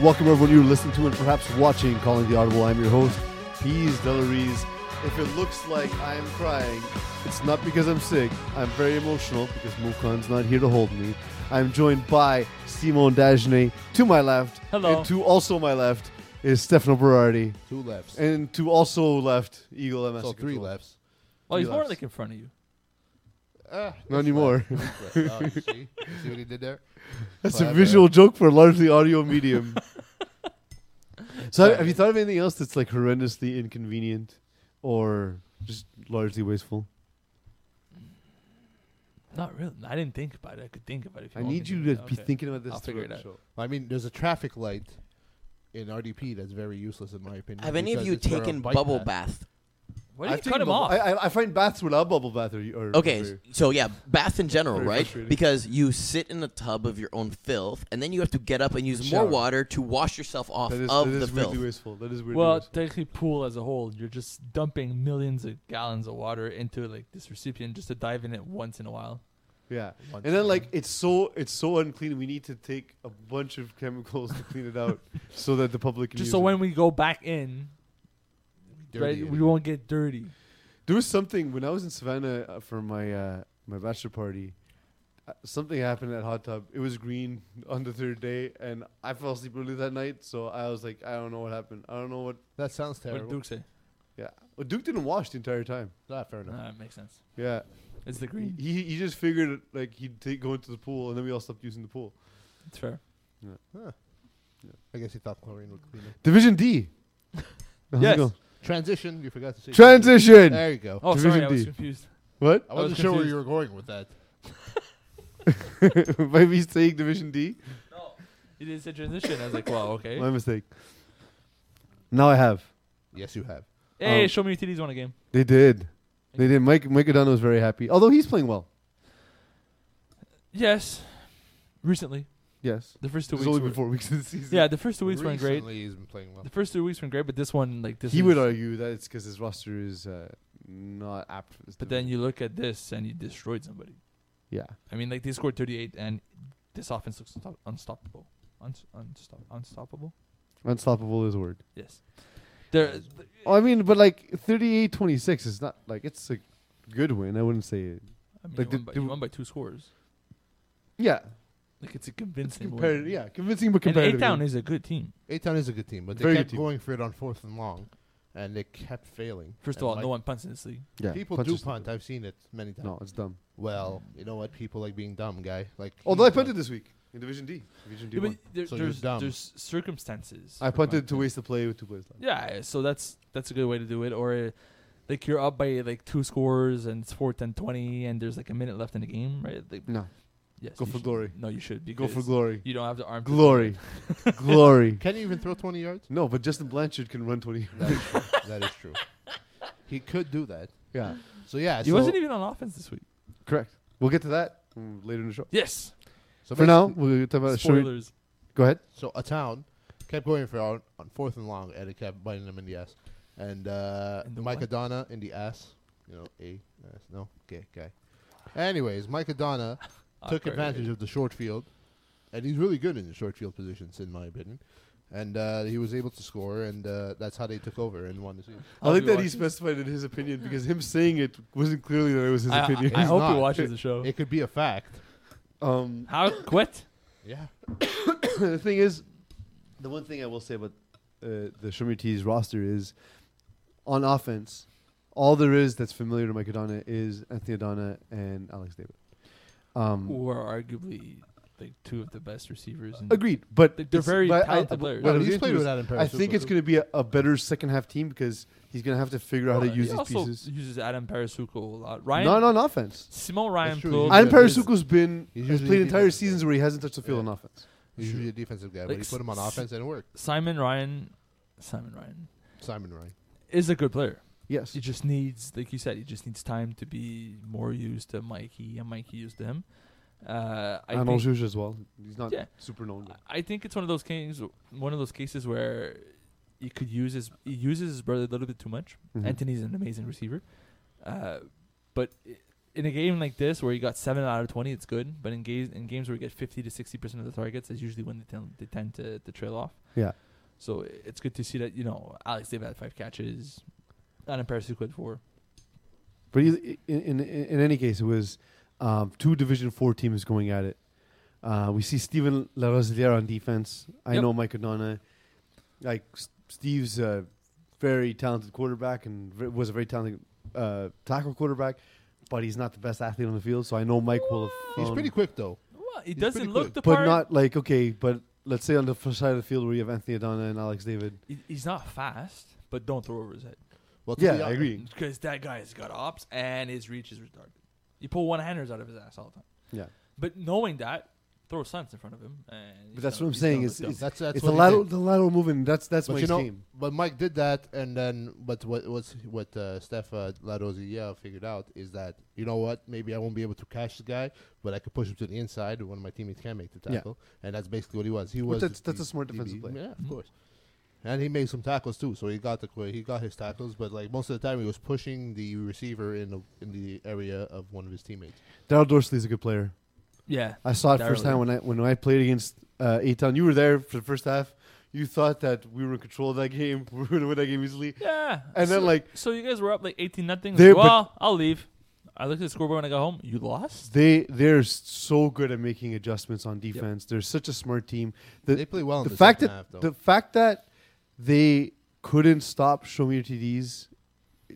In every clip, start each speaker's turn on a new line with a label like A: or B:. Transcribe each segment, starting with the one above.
A: Welcome everyone you're listening to and perhaps watching Calling the Audible. I'm your host, Pease Delarize. If it looks like I'm crying, it's not because I'm sick. I'm very emotional because Mukan's not here to hold me. I'm joined by Simon Dagenet to my left.
B: Hello.
A: And to also my left is Stefano Berardi.
C: Two lefts.
A: And to also left, Eagle MS.
C: so three
A: Control.
C: lefts.
B: Well, Oh, he's more
A: relapse.
B: like in front of you.
C: Ah,
A: Not anymore.
C: left. Oh, you see? You see what he did there?
A: That's a
C: Clever.
A: visual joke for a largely audio medium. so have- have you thought of anything else that's like horrendously inconvenient or just largely wasteful?
B: Not really. I didn't think about it. I could think about it. If you
A: I
B: want me
A: need you to be
B: Okay.
A: thinking about this
B: I'll figure
A: throughout
B: it
A: the
B: out.
A: show.
C: I mean, there's a traffic light in RDP that's very useless in my opinion.
D: Have any of
C: because
D: you
C: it's for a
D: taken
C: bike
D: bubble
C: path.
D: bath?
B: Why do you
A: I've taken
B: cut him
A: bubble-
B: off?
A: I, I, I find baths without bubble bath are, are
D: Okay,
A: are-
D: s- so yeah, bath in general,
A: Very
D: right?
A: frustrating.
D: Because you sit in a tub of your own filth, and then you have to get up and use
A: Shower.
D: more water to wash yourself off
A: that is,
D: of
A: that
D: the
A: is
D: filth.
A: weirdly wasteful. That is weirdly
B: well,
A: wasteful.
B: technically, pool as a whole, you're just dumping millions of gallons of water into like this recipient just to dive in it once in a while.
A: Yeah.
C: Once
A: And then
C: in a
A: like it's so it's so unclean. We need to take a bunch of chemicals to clean it out so that the public can
B: Just
A: use
B: so
A: it.
B: when we go back in,
C: Dirty
B: right,
C: it.
B: we won't get dirty.
A: There was something when I was in Savannah uh, for my uh, my bachelor party. uh, Something happened at hot tub. It was green on the third day, and I fell asleep early that night. So I was like, I don't know what happened. I don't know what.
C: That sounds
B: What did
C: terrible.
B: Duke say?
A: Yeah, well, Duke didn't wash the entire time.
C: Ah, fair enough.
B: Nah, it makes sense.
A: Yeah,
B: It's the
A: he
B: green.
A: he- he just figured like he'd take, go into the pool, and then we all stopped using the pool.
B: It's fair.
C: I guess he thought chlorine would clean it.
A: Division D. How's it
B: Yes.
A: going?
C: Transition. You forgot to say
A: Transition.
C: There you go.
B: Oh,
A: Division
B: sorry, I was
A: D.
B: confused.
A: What?
C: I wasn't
B: was
C: sure where
B: confused.
C: you were going with that.
A: By me saying Division D.
B: No, you did say transition. I was like, wow, okay.
A: My mistake. Now I have.
C: Yes, you have.
B: Hey,
A: Um,
B: show me your titties on a game.
A: They did. They did. Mike Mike Adano was very happy, although he's playing well.
B: Yes, recently
A: Yes.
B: the first two
A: It's
B: weeks.
A: only
B: were-
A: been four weeks of the season.
B: Yeah, the first two weeks weren't great.
C: Recently, he's been playing well.
B: The first two weeks were great, but this one, like this,
A: he would
B: is-
A: argue that it's because his roster is uh, not apt. For this
B: But then you look at this, and he destroyed somebody.
A: yeah,
B: I mean, like they scored 38, and this offense looks unstop- unstoppable. Unst- unstop- unstoppable.
A: unstoppable is a word.
B: Yes. There,
A: Oh, I mean, but like 38-26 is not like it's a good win. I wouldn't say it.
B: I mean,
A: Like,
B: you,
A: did-
B: won by,
A: did-
B: you won by two scores.
A: Yeah,
B: Like it's a convincing
A: comparative.
B: win.
A: Yeah, convincing but
B: And
A: comparative.
B: Eight Town is a good team.
C: Eight Town is a good team, but they
A: Very
C: kept
A: good team.
C: going for it on fourth and long, and they kept failing.
B: First of
C: And
B: all,
C: like,
B: no one punts in this league.
A: yeah,
C: People
A: punch
C: do
A: is stupid.
C: punt. I've seen it many times.
A: No, it's dumb.
C: Well, you know what? People like being dumb, guy. Like,
A: Although I
C: he
A: punted
C: punt-
A: this week in Division D. Division D.
B: Yeah, but
A: one.
B: there-
C: So you're
B: there's
C: dumb.
B: there's circumstances.
A: I
B: for
A: punted to
B: punting.
A: waste the play with two plays left.
B: Yeah, so that's that's a good way to do it. Or uh, like you're up by like two scores, and it's fourth and 20, and there's like a minute left in the game, right? Like,
A: No,
B: yes,
A: Go
B: you
A: for
B: should-
A: glory.
B: No, you should.
A: go for
B: because
A: glory,
B: You don't have the arm. to do
A: glory,
B: it.
A: glory.
C: Can you even throw 20 yards?
A: No, but Justin Blanchard can run twenty.
C: That is true. that is true. He could do that.
A: Yeah,
C: So yeah,
B: He
C: so,
B: wasn't even on offense this week.
A: correct. We'll get to that mm, later in the show.
B: Yes.
C: so
A: For now,
C: basically-
A: we'll talk about short.
B: Spoilers.
A: Go ahead.
C: so a town kept going for on, on fourth and long, and it kept biting him in the ass. And uh,
B: In the
C: Mike
B: what?
C: Adana in the ass, you know, a ass, no, gay guy. Anyways, Mike Adana took
B: Awkward.
C: advantage of the short field, and he's really good in the short field positions, in my opinion. And uh, he was able to score, and uh, that's how they took over and won the season.
A: I like
B: Hope he
A: that he
B: watches.
A: specified in his opinion because him saying it wasn't clearly that it was his
B: I,
A: opinion.
B: I- I
C: He's
B: hope he
C: not.
B: watches the show.
C: It could be a fact.
A: um,
B: How quit?
C: Yeah.
A: the thing is, the one thing I will say about uh, the Shumir T's roster is on offense, all there is that's familiar to Mike Adana is Anthony Adana and Alex David. Um,
B: Who are arguably like two of the best receivers. In
A: agreed, but
B: They're- they're
A: it's-
B: very
A: but I-
B: talented
A: but
B: players.
A: what
C: Well,
A: I'm
C: he's
A: getting
C: played
A: to is
C: without him.
A: I think it's going to be a, a better second half team because he's going to have to figure out how to
B: He
A: use these
B: also
A: pieces.
B: uses Adam Parasuko a lot. Ryan.
A: Not on offense.
B: Simon Ryan.
C: That's true.
B: Plo-
C: He's
A: Adam
C: Adam good.
B: is-
A: Parasuko's been
C: He's
A: has
C: usually
A: played
C: a
A: entire
C: defensive
A: seasons
C: player.
A: where he hasn't touched the field
C: Yeah.
A: on offense.
C: He's usually a defensive guy, but
B: Like
C: he put him on
B: s-
C: offense and it worked.
B: Simon Ryan. Simon Ryan
C: Simon Ryan.
B: is a good player.
A: Yes,
B: He just needs, like you said, he just needs time to be more used to Mikey and Mikey used to him. Uh, I
A: and
B: think
A: Anjouj as well. He's not
B: Yeah. Uh,
A: super known. but-
B: I think it's one of those cases, one of those cases where he could use his he Mm-hmm. uses his brother a little bit too much.
A: Mhm.
B: Anthony's an amazing receiver, uh, but i in a game like this where you got seven out of twenty, it's good. But in games in games where you get fifty to sixty percent of the targets, that's usually when they tend they tend to, to trail off.
A: Yeah.
B: So i- it's good to see that you know Alex David had five catches, Adam Paris who had four.
A: But in, in in in any case, it was um, two Division Four teams going at it. Uh, we see Steven Larosière on defense. I
B: Yep.
A: know Mike Adana. Like S- Steve's a very talented quarterback and ve- was a very talented uh, tackle quarterback, but he's not the best athlete on the field. So I know Mike will have.
C: He's
B: Um,
A: found-
C: pretty quick though.
B: Well, he
C: He's
B: doesn't
C: pretty
B: look
C: quick,
B: the
A: but
B: part.
A: not like okay. But let's say on the first side of the field where you have Anthony Adana and Alex David.
B: he- he's not fast, but don't throw over his head
C: Well, to
A: Yeah,
C: be
A: I
C: hon-
A: agree.
B: because that guy's got ops and his reach is retarded. You pull one handers out of his ass all the time.
A: Yeah,
B: But knowing that, throw stunts in front of him. And he's
A: that's
B: gonna-
A: what I'm
B: he's
A: saying
B: gonna
A: is-
B: look
A: is-
B: dumb.
C: That's that's
A: it's the
C: what he
A: lateral,
C: did.
A: the lateral movement. That's that's
C: But
A: Mike's
C: you know,
A: game.
C: but Mike did that, and then but what what's what uh, Steph uh, LaRosier figured out is that you know what maybe I won't be able to catch the guy, but I could push him to the inside when my teammates can make the
A: Yeah.
C: tackle, and that's basically what he was. He
A: Which
C: was
A: that's-
C: the
A: that's a smart
C: DB.
A: defensive play.
C: Yeah, of
B: Mhm.
C: course. And he made some tackles too, so he got the qu- he got his tackles, but like most of the time he was pushing the receiver in the in the area of one of his teammates.
A: Daryl Dorsley's a good player.
B: Yeah.
A: I saw it first
B: Darrell.
A: time when I when I played against uh, Aton. You were there for the first half. You thought that we were in control of that game. We were going to win that game easily.
B: Yeah.
A: And then,
B: So-
A: like-
B: so you guys were up like 18 nothing.
A: They- but-
B: well, I'll leave. I looked at the scoreboard when I got home. You lost.
A: They they're so good at making adjustments on defense. They're such a smart team. The,
C: They play well. in
A: the
C: the
A: fact
C: second
A: that
C: half, though.
A: the fact that they couldn't stop show me your TDs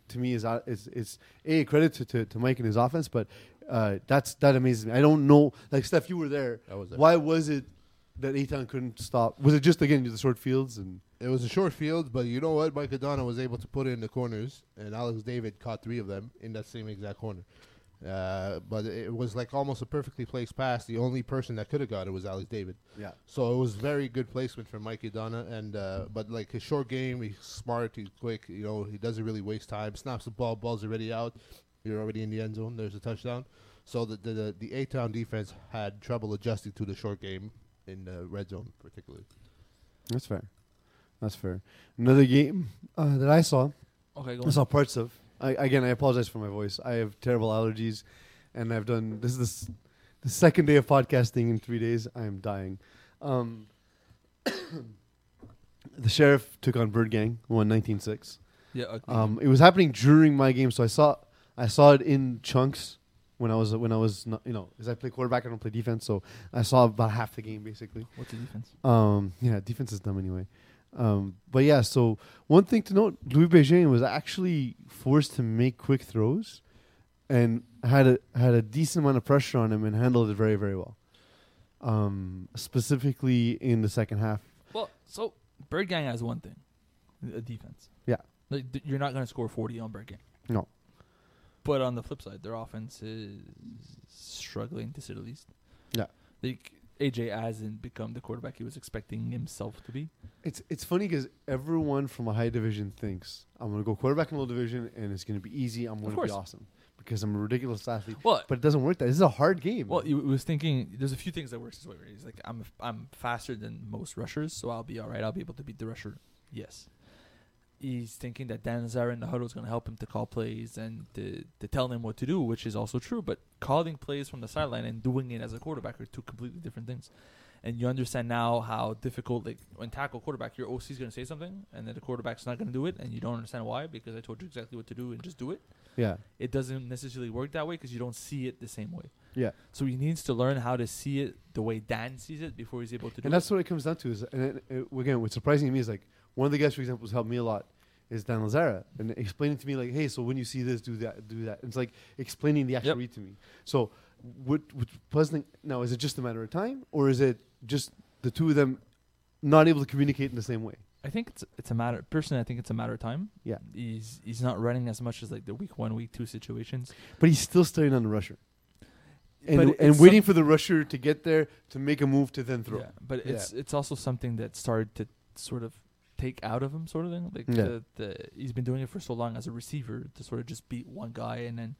A: to me is out- is is a credit to, to, to Mike and his offense, but uh, that's that amazes me. I don't know, like Steph, you were there.
C: I was there.
A: Why was it that Aton couldn't stop? Was it just again the short fields and
C: It was a short field, but you know what? Mike Adana was able to put it in the corners, and Alex David caught three of them in that same exact corner. Uh, but it was like almost a perfectly placed pass. The only person that could have got it was Alex David.
A: yeah?
C: So it was very good placement for Mike Adana. And uh, but like his short game, he's smart, he's quick. You know, he doesn't really waste time. Snaps the ball, ball's already out. You're already in the end zone. There's a touchdown. So the the the, the A town defense had trouble adjusting to the short game in the red zone, particularly.
A: That's fair. That's fair. Another game uh, that I saw,
B: Okay, go
A: I
B: on.
A: saw parts of. I, again, I apologize for my voice. I have terrible allergies, and I've done this is the, s- the second day of podcasting in three days. I am dying. Um, the sheriff took on Bird Gang, won 19-6.
B: Yeah. ugly.
A: Um, it was happening during my game, so I saw I saw it in chunks when I was when I was not, you know because I play quarterback, I don't play defense, so I saw about half the game basically.
B: What's the defense?
A: Um, yeah, defense is dumb anyway. Um, but yeah, so one thing to note, Louis Bejean was actually forced to make quick throws, and had a had a decent amount of pressure on him and handled it very very well. Um, specifically in the second half,
B: Well, so Bird Gang has one thing, a defense.
A: Yeah.
B: Like th- you're not gonna score 40 on Bird Gang.
A: No.
B: But on the flip side, their offense is struggling to say the least.
A: Yeah.
B: Like AJ hasn't become the quarterback he was expecting himself to be.
A: it's it's funny because everyone from a high division thinks I'm gonna go quarterback in low division and it's gonna be easy. I'm gonna be
B: course.
A: awesome because I'm a ridiculous athlete.
B: Well,
A: But it doesn't work. That this is a hard game.
B: Well,
A: man.
B: he was thinking there's a few things that works his way. Right? He's like, I'm I'm faster than most rushers, so I'll be all right. I'll be able to beat the rusher. Yes. He's thinking that Dan Zara in the huddle is going to help him to call plays and to, to tell him what to do, which is also true. But calling plays from the sideline and doing it as a quarterback are two completely different things. And you understand now how difficult, like when tackle quarterback, your OC is going to say something, and then the quarterback's not going to do it, and you don't understand why because I told you exactly what to do and just do it
A: yeah,
B: it doesn't necessarily work that way because you don't see it the same way.
A: Yeah.
B: So he needs to learn how to see it the way Dan sees it before he's able to do
A: and
B: it.
A: that's what it comes down to is and it, it- again what's surprising to me is like one of the guys for example who's helped me a lot is dan lazara and explaining to me like hey so when you see this do that do that it's like explaining the actual
B: Yep.
A: read to me so what what's puzzling now is it just a matter of time or is it just the two of them not able to communicate in the same way
B: I think it's it's a matter personally I think it's a matter of time.
A: Yeah.
B: He's he's not running as much as like the week one, week two situations.
A: but he's still staring on the rusher and,
B: But
A: and
B: it's
A: waiting for the rusher to get there to make a move to then throw
B: Yeah, but it's it's also something that started to sort of take out of him, sort of thing. Like
A: Yeah.
B: the, the he's been doing it for so long as a receiver to sort of just beat one guy, and then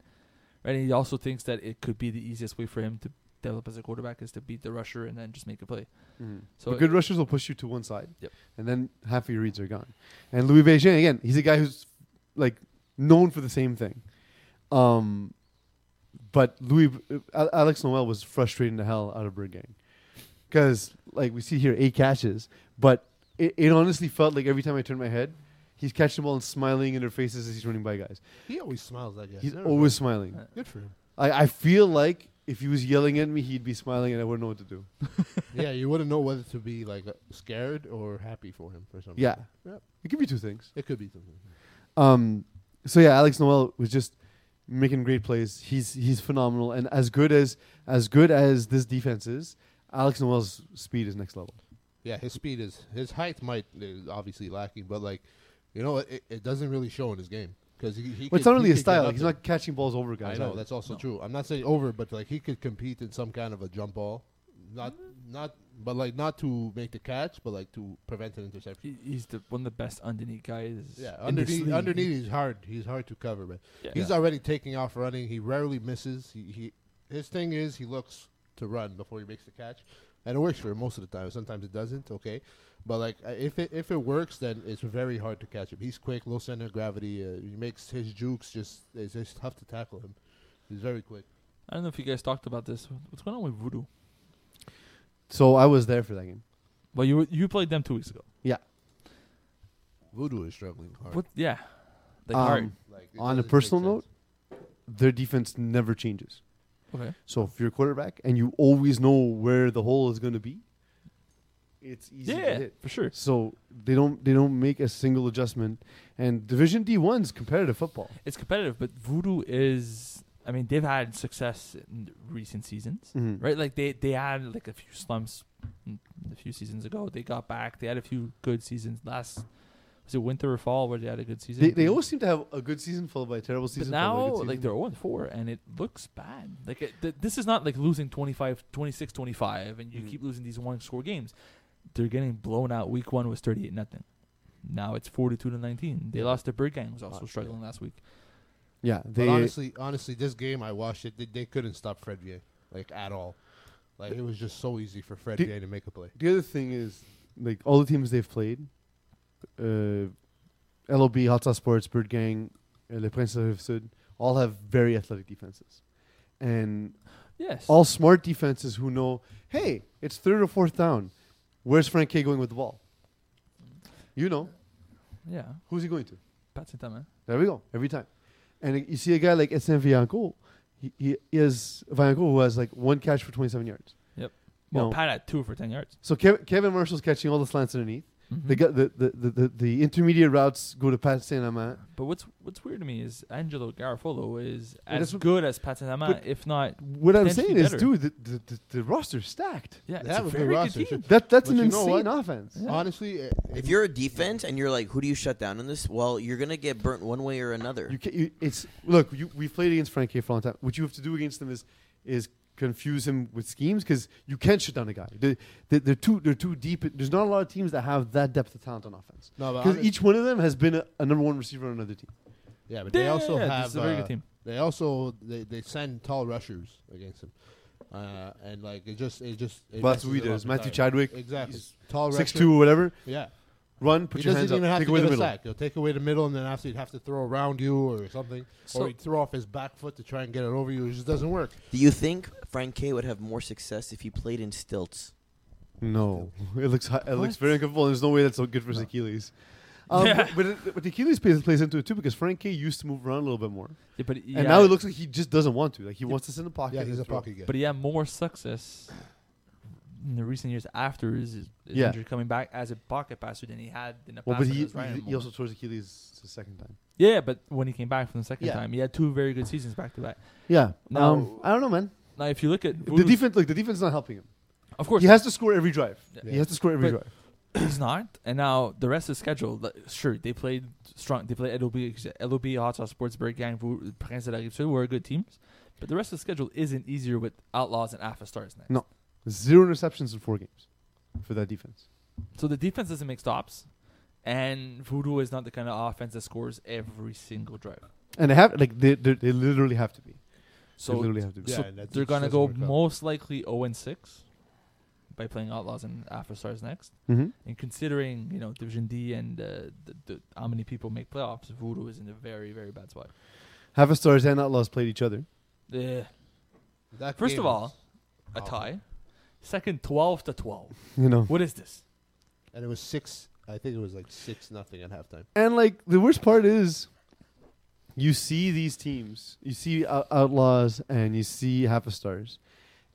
B: right. And he also thinks that it could be the easiest way for him to develop as a quarterback is to beat the rusher and then just make a play.
A: So
B: So
A: Mm-hmm. but
B: it-
A: good rushers will push you to one side,
B: Yep.
A: and then half of your reads are gone. And Louis Bejean again, he's a guy who's like known for the same thing. Um, But Louis Al- Alex Noel was frustrating the hell out of Bergang because like we see here eight catches, but it, it honestly felt like every time I turned my head, he's catching the ball and smiling in their faces as he's running by guys.
C: He always smiles, that guy.
A: He's
C: Never Uh,
A: always smiling.
C: mind. good for him.
A: I, I feel like if he was yelling at me, he'd be smiling and I wouldn't know what to do.
C: yeah, you wouldn't know whether to be like uh, scared or happy for him for some.
A: Yeah.
C: reason. Yep.
A: It could be two things.
C: it could be something.
A: Um, so yeah, Alex Noel was just making great plays. He's he's phenomenal, and as good as as good as this defense is, Alex Noel's speed is next level.
C: Yeah, his speed is his height might is obviously lacking, but like, you know, it, it doesn't really show in his game because he, he
A: But it's
C: could-
A: not really
C: he
A: his
C: could get
A: style.
C: up
A: He's
C: there.
A: not catching balls over guys.
C: I know
A: either.
C: that's also
B: No.
C: true. I'm not saying over, but like he could compete in some kind of a jump ball, not
A: Mm-hmm.
C: not, but like not to make the catch, but like to prevent an interception.
B: He, he's the one of the best underneath guys.
C: Yeah,
B: in this
C: underneath
B: league.
C: underneath he's hard. He's hard to cover, but
B: Yeah.
C: he's already taking off running. He rarely misses. He, he his thing is he looks to run before he makes the catch, and it works for him most of the time. Sometimes it doesn't. Okay, but like uh, if it if it works, then it's very hard to catch him. He's quick, low center of gravity. Uh, he makes his jukes just it's just tough to tackle him. He's very quick.
B: I don't know if you guys talked about this. What's going on with Voodoo?
A: So I was there for that game.
B: Well, you were- you played them two weeks ago.
C: Voodoo is struggling hard.
B: What? Yeah, like
A: Um,
B: hard.
C: Like, it
A: on a
C: doesn't make
A: personal
C: sense.
A: note, their defense never changes.
B: Okay.
A: So if you're a quarterback and you always know where the hole is going to be, it's easy to
B: Yeah,
A: hit.
B: for sure.
A: So they don't they don't make a single adjustment. And Division D one's competitive football.
B: It's competitive, but Voodoo is. I mean, they've had success in recent seasons,
A: Mhm.
B: right? Like they they had like a few slumps mm, a few seasons ago. They got back. They had a few good seasons last. Was it winter or fall where they had a good season?
A: They, they always seem to have a good season followed by a terrible season.
B: but
A: followed by a
B: now,
A: good
B: like
A: season.
B: they're 0 4, and it looks bad. Like it, th- this is not like losing 25, 26, 25, and you
C: Mm-hmm.
A: Mhm.
B: keep losing these one score games. They're getting blown out. Week one was 38 nothing. Now it's 42 to 19. They
A: Yeah.
B: lost to Bird Gang, who was also
C: yeah.
B: struggling last week.
A: yeah, they
C: but honestly, honestly, this game I watched it. They, they couldn't stop Fred Vier, like at all. Like it was just so easy for Fred
A: Did-
C: Vier to make a play.
A: The other thing is, like all the teams they've played, uh, LOB, Hot Sauce Sports, Bird Gang, uh, Les Princes of Sud, all have very athletic defenses, and
B: Yes.
A: all smart defenses who know, hey, it's third or fourth down, where's Frank K going with the ball? You know,
B: yeah.
A: who's he going to?
B: Pat Saint Thomas.
A: There we go. Every time. And uh, you see a guy like Etienne Villancourt, he, he is Villancourt who has like one catch for 27 yards.
B: Yep.
A: You
B: Well,
A: know,
B: Pat had two for 10 yards.
A: so Kev- Kevin Marshall's catching all the slants underneath.
C: Mm-hmm.
A: They got the, the, the, the, the intermediate routes go to Pat Saint Amant.
B: but what's what's weird to me is Angelo Garofalo is
A: Yeah, that's
B: as
A: what-
B: good as Pat Saint Thomas,
A: but-
B: if not.
A: What I'm saying
B: Potentially
A: is,
B: better.
A: dude, the, the, the, the roster's stacked.
B: Yeah,
C: They
B: it's
C: have
B: a
C: a good
B: very good
C: roster.
B: team.
C: It's just-
A: That, that's
C: But
A: an
C: you know
A: insane
C: what?
A: offense.
B: Yeah.
C: Honestly, eh, i-
D: If you're a defense and you're like, who do you shut down in this? Well, you're gonna get burnt one way or another.
A: You, can, you It's Look, you, we've played against Frank K for a long time. What you have to do against them is is confuse him with schemes because you can't shut down a guy. They, they, they're, too, they're too deep. There's not a lot of teams that have that depth of talent on offense.
C: no, but
A: Because
C: honest-
A: each one of them has been a, a number one receiver on another team.
C: yeah, but they
B: Yeah,
C: also
B: yeah,
C: have
B: this is a very good
C: uh,
B: team.
C: They also they, they send tall rushers against him, uh, and like it just it just it
A: Well, that's
C: messes
A: what we
C: them
A: did.
C: up
A: It's Matthew
C: entirely.
A: Chadwick.
C: exactly
A: He's
C: tall rusher
A: Six two, whatever.
C: yeah.
A: Run, put
C: he
A: your
C: doesn't
A: hands
C: even
A: up,
C: have
A: take
C: to
A: away
C: give
A: the
C: a
A: middle.
C: sack. He'll take away the middle, and then after he'd have to throw around you or something,
B: So-
C: or he'd throw off his back foot to try and get it over you. It just doesn't work.
D: Do you think Frank K would have more success if he played in stilts?
A: No, it looks hi- it looks
B: What?
A: very uncomfortable. and There's no way that's so good for his Achilles. Um,
B: Yeah.
A: But, but, it, but the Achilles plays, plays into it too because Frank K used to move around a little bit more,
B: Yeah, but yeah,
A: and now it looks like he just doesn't want to. Like he
B: Yeah.
A: wants to sit in the pocket.
C: Yeah,
A: and
C: he's a
A: throw.
C: pocket guy.
B: But he had more success in the recent years after his, his
A: Yeah.
B: injury coming back as a pocket passer than he had in the
A: Well,
B: past.
A: but
B: when
A: he,
B: was Ryan
A: he, he
B: Moore.
A: also tore his Achilles the second time.
B: yeah, but when he came back from the second
A: Yeah.
B: time, he had two very good seasons back to back.
A: Yeah.
B: Now-
A: um, I don't know, man.
B: Now, if you look at
A: The
B: Voodoo's-
A: defense, look, the defense is not helping him.
B: of course
A: He has to score every drive.
B: Yeah.
A: He has to score every
B: But-
A: drive.
B: he's not, and now the rest of the schedule. like, Sure, they played strong. They played LOB, LOB, Hot Sauce Sports, Bird Gang, Voo- Prince de la Rive-Sud were good teams, but the rest of the schedule isn't easier with Outlaws and Alpha Stars next.
A: No. Zero interceptions in four games for that defense.
B: So the defense doesn't make stops, and Voodoo is not the kind of offense that scores every single drive.
A: And they have like they they, they literally have to be. they
B: So
A: literally have to be.
B: Yeah,
C: yeah,
B: so they're gonna go most likely zero and six by playing Outlaws and After Stars next.
A: Mhm.
B: And considering you know Division D and uh, the, the, how many people make playoffs, Voodoo is in a very very bad spot.
A: Half a stars and outlaws played each other.
B: Yeah,
C: That
B: First
C: game
B: of all, a
C: Oh.
B: tie. Second, twelve to twelve.
A: You know.
B: What is this?
C: was- and it was six. I think it was like six nothing at halftime.
A: And like the worst part is, you see these teams, you see Out- Outlaws, and you see Half a Stars,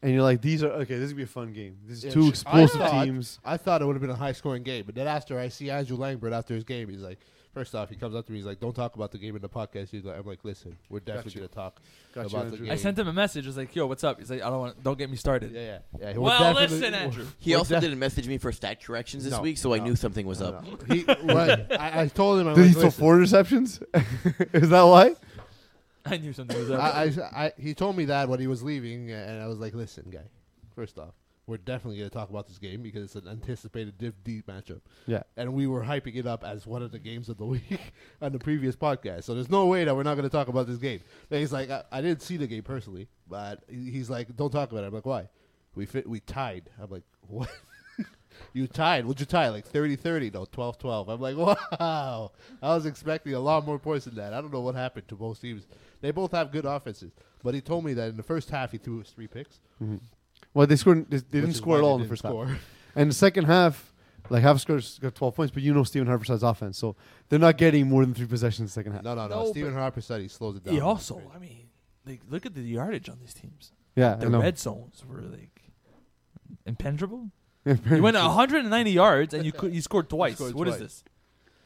A: and you're like, these are okay. This is gonna be a fun game. This is
C: Yeah,
A: two
C: sh- I
A: explosive
C: thought-
A: teams.
C: I thought it would have been a high scoring game, but then after I see Andrew Langbert after his game, he's like, first off, he comes up to me, he's like, "Don't talk about the game in the podcast." He's like, "I'm like, listen, we're definitely
A: you.
C: gonna talk
A: Got you,
C: about the
A: Andrew.
C: game."
B: I sent him a message. I was like, "Yo, what's up?" He's like, "I don't want. Don't get me started."
C: yeah, yeah, yeah. we're
B: Well,
C: definitely-
B: listen,
C: we're-
B: Andrew.
D: He
C: we're
D: also
C: def-
D: didn't message me for stat corrections this
C: No,
D: week, so I
C: no.
D: knew something was up.
C: He, what? I, I told him. I
A: Did he
C: was
A: throw four interceptions? is that why?
B: I knew something was up.
C: I, I, I, he told me that when he was leaving, and I was like, "Listen, guy. First off, we're definitely going to talk about this game because it's an anticipated Div D matchup."
A: Yeah.
C: And we were hyping it up as one of the games of the week on the previous podcast. So there's no way that we're not going to talk about this game. Then he's like, I, "I didn't see the game personally, but he- he's like, don't talk about it." I'm like, "Why? We fit, we tied." I'm like, "What?" You tied. What'd you tie? Like 30 30, no, 12 12. I'm like, wow. I was expecting a lot more points than that. I don't know what happened to both teams. They both have good offenses. But he told me that in the first half, he threw his three picks.
A: Well, they scored. They, they
C: which
A: didn't
C: is
A: score
C: why
A: at
C: they
A: all in the
C: didn't
A: first
C: score.
A: half. And the second half, like half scores got 12 points, but you know Stephen Harper's offense, so they're not getting more than three possessions in the second half.
C: No, no, no.
B: No,
C: Stephen Harper said he slows it down.
B: he also, I mean, like, look at the yardage on these teams.
A: Yeah, I
B: The
A: know.
B: red zones were like impenetrable. You went 190 yards and you could, you scored twice. What is
C: scored twice.
B: this?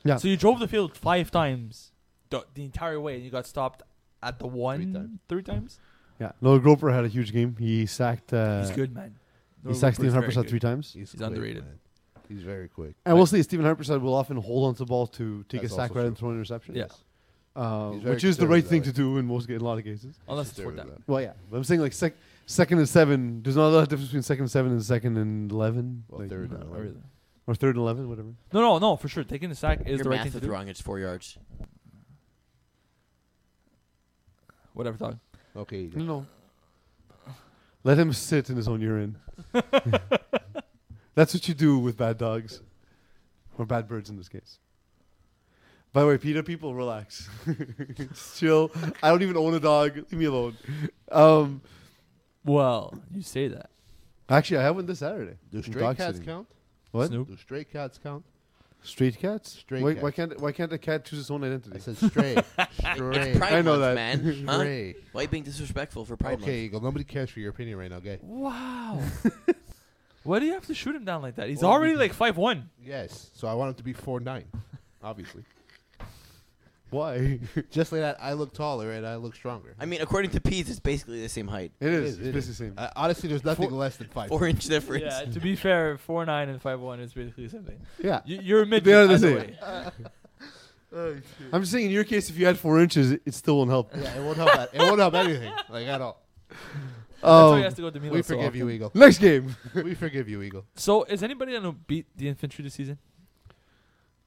A: Yeah.
B: So you drove the field five times the, the entire way, and you got stopped at the one
C: times.
B: three times?
A: yeah, Noah Groper had a huge game. He sacked. Uh,
B: He's good, man.
A: He sacked Stephen Harper three times.
C: He's,
B: underrated.
C: man. He's very quick.
A: I will say Stephen Harper will often hold onto the ball to take
C: That's
A: a sack
C: also
A: rather than
C: true.
A: throw an interception.
B: Yeah.
A: Uh,
C: He's very
A: which is the
C: conservative
A: right
C: that
A: thing
C: way.
A: to do in most in a lot of cases.
B: Unless it's fourth down.
C: Conservative
A: Well, yeah, but I'm saying like sec- second and seven. There's not a lot of difference between second and seven and second and eleven,
C: Well,
A: like-
C: third
B: No,
C: down.
B: or the-
A: or third and eleven, whatever.
B: no, no, no, for sure. Taking the sack is
D: Your
B: the right
D: math
B: thing to
D: is
B: do.
D: wrong. It's four yards.
B: Whatever, dog.
C: Okay.
D: Hmm?
A: No, no. Let him sit in his own urine. That's what you do with bad dogs, or bad birds in this case. By the way, PETA people, relax, Just chill. I don't even own a dog. Leave me alone. Um,
B: Well, you say that.
A: Actually, I have one this Saturday.
C: Do
A: I'm
C: stray
A: dog
C: cats
A: sitting.
C: count?
A: What?
B: Snoop.
C: Do stray cats count?
A: Street cats.
C: Stray
A: why,
C: cats.
A: why can't why can't a cat choose its own identity?
C: I said stray. stray.
D: It's Pride
A: I know
D: Month,
A: that.
D: man. Huh?
C: Stray.
D: Why are you being disrespectful for Pride
C: Okay, Eagle. Nobody cares for your opinion right now, gay.
B: Wow. Why do you have to shoot him down like that? He's
C: Well,
B: already
C: because-
B: like five one.
C: Yes. So I want him to be four nine, obviously.
A: why? it
C: Just like that, I look taller and I look stronger.
D: I mean, according to P's, it's basically the same height.
A: is.
C: it
A: It's basically the same.
C: Uh, honestly, there's nothing less than five.
D: Four inch difference.
B: Yeah, to be fair, four nine and five one is basically the same thing.
A: yeah.
B: You, you're a midget.
A: They are the
B: either
A: same.
B: way.
A: I'm just saying, in your case, if you had four inches, it, it still won't help.
C: Yeah, it won't help. That. It won't help anything, like at all.
B: That's why he
A: Um,
B: has to go to Milo
C: we
B: so
C: forgive
B: often.
C: you, Eagle.
A: next game.
C: we forgive you, Eagle.
B: So, is anybody gonna beat the infantry this season?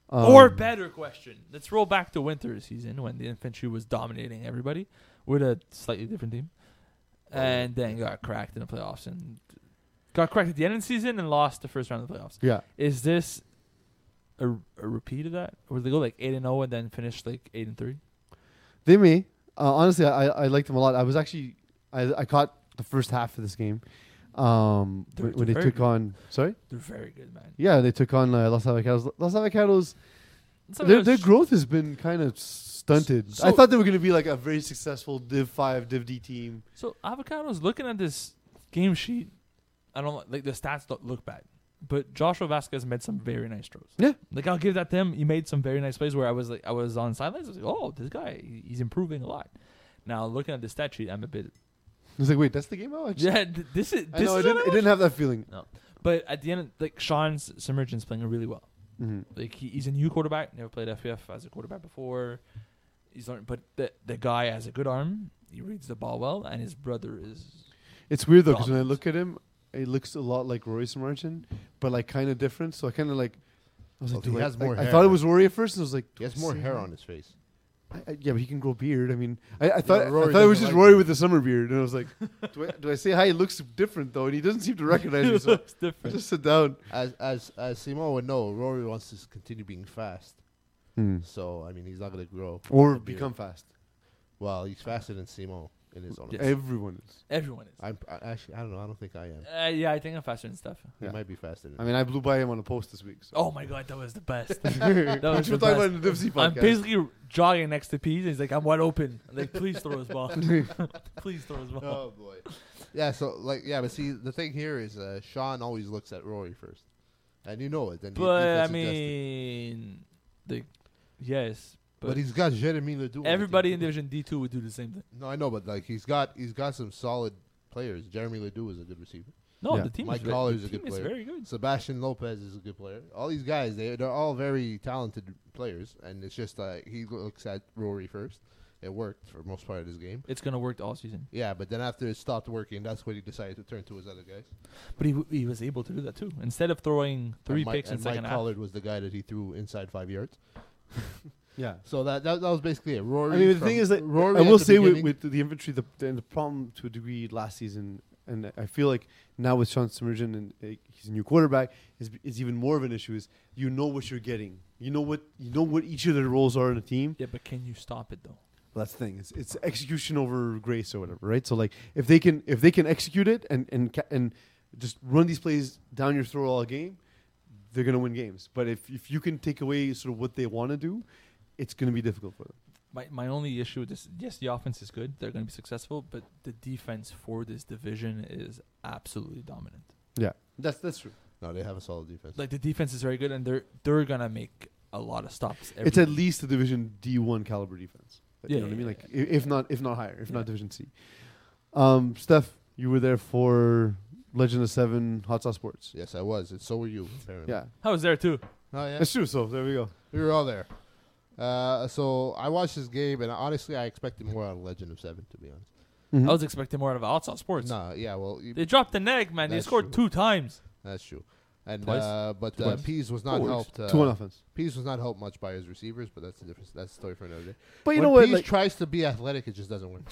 A: Um,
B: or better question, let's roll back to winter season when the infantry was dominating everybody with a slightly different team, and then got cracked in the playoffs and got cracked at the end of the season and lost the first round of the playoffs.
A: Yeah.
B: Is this a, a repeat of that? Where they go like eight and zero and then finish like eight and three?
A: They may. Uh, honestly, I, I liked them a lot. I was actually, I, I caught the first half of this game um,
B: They're-
A: when, when they
B: they're very
A: took
B: good.
A: on. Sorry?
B: They're very good, man.
A: Yeah, they took on uh, Los Avocados. Los Avocados,
B: It's not
A: their,
B: like
A: their
B: sh-
A: growth has been kind of stunted.
B: So-
A: I thought they were going to be like a very successful Div 5, Div D team.
B: So avocados looking at this game sheet, I don't like- like the stats don't look bad, but Joshua Vasquez made some very nice throws.
A: Yeah.
B: like I'll give that to him. He made some very nice plays where I was like I was on sidelines. I was like, oh, this guy he- he's improving a lot. Now looking at the stat sheet, I'm a bit
A: I was like, wait, that's the game I watched?
B: yeah. th- This is
A: I
B: this
A: know, it
B: is
A: didn't,
B: what I
A: it didn't have that feeling.
B: want. But at the end, of- like Sean's Submergence playing really well.
A: hmm
B: Like he, he's a new quarterback, never played FPF as a quarterback before. He's learned, but the the guy has a good arm. He reads the ball well, and his brother is
A: It's weird though because when I
B: Dominant.
A: look at him, it looks a lot like Royce Martin, but like kind of different. So I kind of like. I was
C: Well,
A: like,
C: Oh, he
A: do I-
C: has
A: I-
C: more
A: I,
C: hair.
A: thought it was Rory at first, and I was like,
C: He has more hair on his face.
A: I, I- yeah, but he can grow beard. I mean, I, I thought
C: Rory
A: I thought it was
C: doesn't
A: just
C: like
A: Rory
C: it.
A: with the summer beard, and I was like, do I, do I say hi? He looks different though, and he doesn't seem to recognize me. So
B: looks different.
A: I just sit down.
C: As as as Simon would know, Rory wants to s- continue being fast. So I mean, he's not gonna grow
A: Or
C: a Hmm. beard.
A: become fast.
C: Well, he's faster than Simon. in his own.
B: Yes.
A: Everyone is.
B: Everyone is.
C: I'm I, actually I don't know. I don't think I am.
B: Uh, yeah, I think I'm faster than Steph.
A: Yeah.
C: It might be faster. Than
A: I mean, I blew by him on a post this week. So.
B: Oh my god, that was the best.
A: that
B: was
A: we're
B: the
A: talking
B: best.
A: about in the Dipsy
B: I'm
A: podcast.
B: basically jogging next to Pease, and he's like, "I'm wide open." I'm like, please throw his ball. please throw his ball.
C: Oh boy. yeah. So like yeah, but see the thing here is uh, Sean always looks at Rory first, and you know it. Then he-
B: But I
C: defensive justice.
B: mean, the yes,
C: but,
B: but
C: he's got Jeremy Ledoux. on the
B: everybody in
C: team.
B: Division D two would do the same thing.
C: No, I know, but like he's got he's got some solid players. Jeremy Ledoux is a good receiver.
B: No,
A: Yeah.
B: the team
C: Mike
B: is ve-
C: Collar's
B: the
C: a good
B: team is
C: player.
B: very good.
C: Sebastian Lopez is a good player. All these guys, they they're all very talented players, and it's just uh, he looks at Rory first. It worked for most part of this game.
B: It's gonna work all season.
C: Yeah, but then after it stopped working, that's when he decided to turn to his other guys.
B: But he w- he was able to do that too. Instead of throwing three
C: and Mike,
B: picks in
C: and Mike
B: second half,
C: Collard was the guy that he threw inside five yards.
A: yeah.
C: So that that, that was basically it. Rory.
A: I mean, the
C: from-
A: thing is that
C: Rory
A: I
C: at
A: will
C: the
A: say with,
C: beginning-
A: with the infantry, the, the, and the problem to a degree last season, and I feel like now with Sean Simerjan and uh, he's a new quarterback, is, is even more of an issue. Is you know what you're getting, you know what you know what each of their roles are in a team.
B: yeah. But can you stop it though?
A: Well, that's the thing. It's, it's execution over grace or whatever, right? So like if they can if they can execute it and and ca- and just run these plays down your throat all game, they're gonna win games. But if if you can take away sort of what they want to do, it's gonna be difficult for them.
B: My my only issue with this, yes, the offense is good. They're gonna be successful, but the defense for this division is absolutely dominant.
A: Yeah, that's that's true.
C: no, they have a solid defense.
B: Like the defense is very good, and they're they're gonna make a lot of stops. Every
A: it's at
B: week.
A: least a division D one caliber defense.
B: Yeah,
A: you know what I
B: yeah,
A: mean.
B: yeah,
A: Like i- if not if not higher, if
B: Yeah.
A: not division C. Um, Steph, you were there for Legend of Seven Hot Sauce Sports.
C: yes, I was. And so were you. Apparently.
A: Yeah,
B: I was there too.
C: Oh yeah.
A: that's true. So there we go.
C: We were all there. Uh, so I watched this game, and honestly, I expected more out of Legend of Seven, to be honest.
B: I was expecting more out of Outside Sports.
C: Mm-hmm. Nah, yeah, well, you-
B: They dropped the neg, man.
C: That's
B: they scored
C: true.
B: two times.
C: that's true. And
B: Twice?
C: uh, but uh,
A: Twice.
C: Pease was not
A: Four.
C: helped. Uh,
A: two on offense.
C: Pease was not helped much by his receivers, but that's the difference. That's the story for another day.
A: But you
C: when
A: know what?
C: Pease
A: Like,
C: tries to be athletic, it just doesn't work.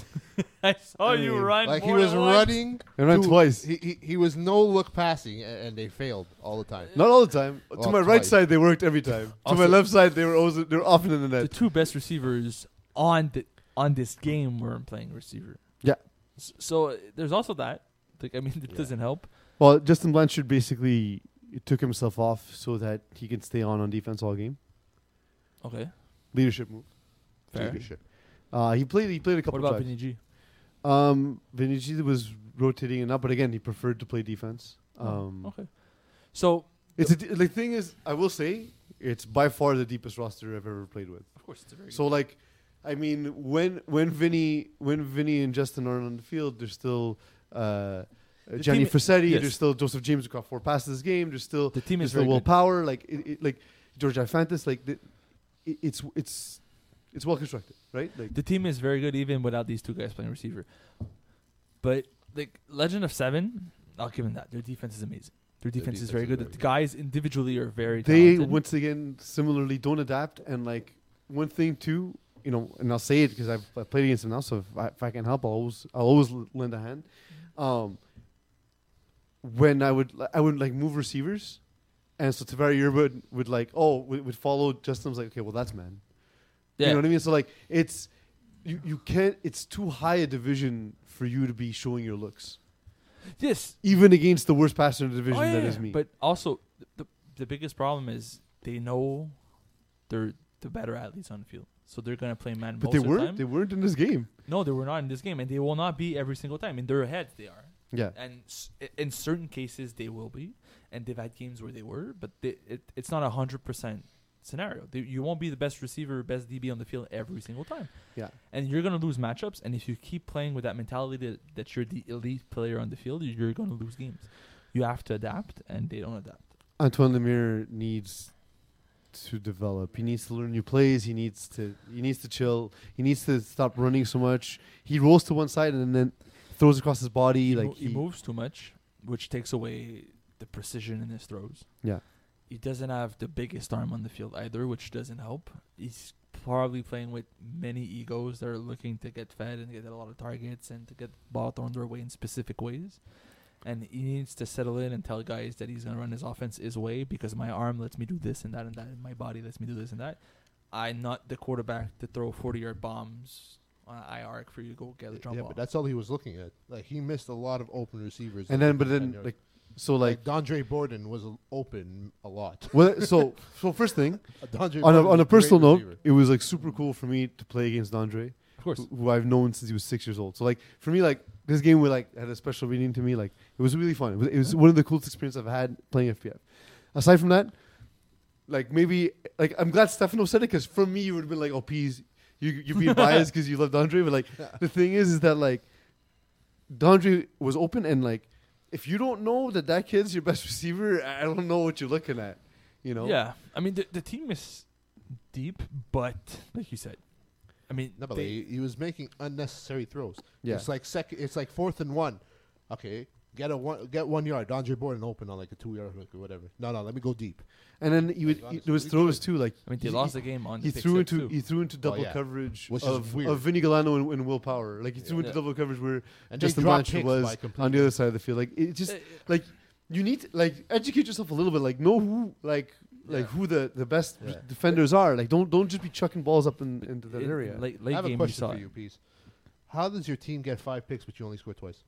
B: I saw
A: I
B: you
A: mean,
B: run.
C: like he
B: more
C: was
B: than once.
C: running,
A: They ran
C: to-
A: twice.
C: He, he he was no look passing, a- and they failed all the time.
A: not all the time. to
C: Well,
A: my right
C: twice.
A: side, they worked every time. to my
B: Also-
A: left side, they were always they were often in the
B: The
A: net.
B: two best receivers on the on this game weren't playing receiver.
A: Yeah.
B: S- So, uh, there's also that. Like I mean, it
C: Yeah.
B: doesn't help.
A: Well, Justin Blanchard basically took himself off so that he can stay on on defense all game.
B: Okay.
A: Leadership move.
B: Fair.
C: Leadership.
A: Uh, he played. He played a couple.
B: What about
A: drives.
B: Benny G?
A: Um, Vinicius was rotating it up, but again, he preferred to play defense. Um,
B: Oh, okay. So
A: It's a, de- the thing is, I will say, it's by far the deepest roster I've ever played with.
B: of course it's a very
A: So like, I mean, when when Vinny when Vinny and Justin aren't on the field, there's still uh,
B: The
A: Gianni
B: team-
A: Frasetti.
B: yes.
A: There's still Joseph James who caught four passes this game. There's still
B: the team is
A: there's still Will
B: very good.
A: Power. Like it, it, like George Ifantis. Like the, it, it's it's it's well constructed, right? Like
B: The team is very good even without these two guys playing receiver. But like Legend of Seven, I'll give them that. Their defense is amazing. Their defense, is
C: defense
B: very
C: is
B: good.
C: very
B: the
C: good.
B: guys individually are very.
A: they
B: talented.
A: once again similarly don't adapt and like one thing too you know and i'll say it because I've, I've played against them now so if I, if I can help i'll always i'll always l- lend a hand
B: Mm-hmm.
A: um when i would i would like move receivers and so Tavares Yerba would like oh would, would follow Justin was like okay well that's man
B: Yeah.
A: you know what I mean so like it's you, you can't it's too high a division for you to be showing your looks
B: Yes.
A: even against the worst passer in the division
B: Oh,
A: that
B: yeah.
A: is me
B: But also, th- the the biggest problem is they know they're the better athletes on the field, so they're gonna play man.
A: but
B: most
A: they
B: of the
A: weren't
B: time.
A: they weren't in this game
B: no, they were not in this game, and they will not be every single time. In their heads, they are.
A: yeah
B: and s- i- in certain cases they will be, and they've had games where they were, but they, it, it's not a hundred percent scenario. They, you won't be the best receiver, best DB on the field every single time,
A: yeah
B: and you're gonna lose matchups. And if you keep playing with that mentality that, that you're the elite player on the field, you're gonna lose games. You have to adapt, and they don't adapt.
A: Antoine Lemire needs to develop. He needs to learn new plays. He needs to he needs to chill. He needs to stop running so much. He rolls to one side and then throws across his body
B: He, mo-
A: like
B: he moves too much, which takes away the precision in his throws.
A: Yeah.
B: He doesn't have the biggest arm on the field either, which doesn't help. He's probably playing with many egos that are looking to get fed and get a lot of targets and to get ball thrown their way in specific ways. And he needs to settle in and tell guys that he's going to run his offense his way because my arm lets me do this and that and that, and my body lets me do this and that. I'm not the quarterback to throw 40 yard bombs on an IR arc for you to go get the jump
C: Yeah,
B: ball.
C: but that's all he was looking at. Like he missed a lot of open receivers.
A: And then, but
C: that
A: then,
C: yard.
A: like, so like,
C: like Dondre Borden was l- open a lot.
A: well, so so first thing
C: Dondre
A: on
C: Borden
A: a,
C: was
A: on a
C: great
A: personal note,
C: receiver.
A: it was like super cool for me to play against Andre.
B: of course.
A: who- who I've known since he was six years old. So like for me, like this game would like had a special meaning to me. Like it was really fun. It was, it was one of the coolest experiences I've had playing FPF. Aside from that, like maybe like I'm glad Stefano said it because for me you would have been like, oh, peas, you you being biased because you loved Andre. But like the thing is, is that like Dandre was open and like if you don't know that that kid's your best receiver, I I don't know what you're looking at. You know?
B: Yeah, I mean the the team is deep, but like you said, I mean
C: No, but
B: they-
C: he, he was making unnecessary throws.
A: Yeah.
C: It's like second. It's like fourth and one. Okay, get a one. Get one yard. Dondre Borden open on like a two yard hook or whatever. No, no. Let me go deep.
A: And then you would
C: Like,
A: you-
C: honestly,
A: there was
C: we
A: throws
C: could.
A: too. Like
B: I mean they
A: he-
B: lost the game on
A: he
B: the pick
A: threw
B: six
A: into
B: too.
A: he threw into double
C: yeah.
A: coverage
C: Which is
A: of,
C: weird.
A: of Vinny Galano and, and Will Power. Like he threw
C: Yeah.
A: into
B: Yeah.
A: double coverage where
C: And
A: just
C: they
A: the
C: dropped
A: match
C: Hicks
A: was
C: by
A: on the
C: completely.
A: other side of the field. Like it just
B: Uh,
A: like you need to, like educate yourself a little bit. Like know who like like
B: Yeah.
A: who the the best
C: Yeah.
A: defenders are. Like don't don't just be chucking balls up in, into that
B: in-
A: area.
B: Late,
C: I
B: late
C: have
B: game
C: a
B: you
C: question
B: saw
C: for
B: it.
C: you, Peace. How does your team get five picks but you only score twice?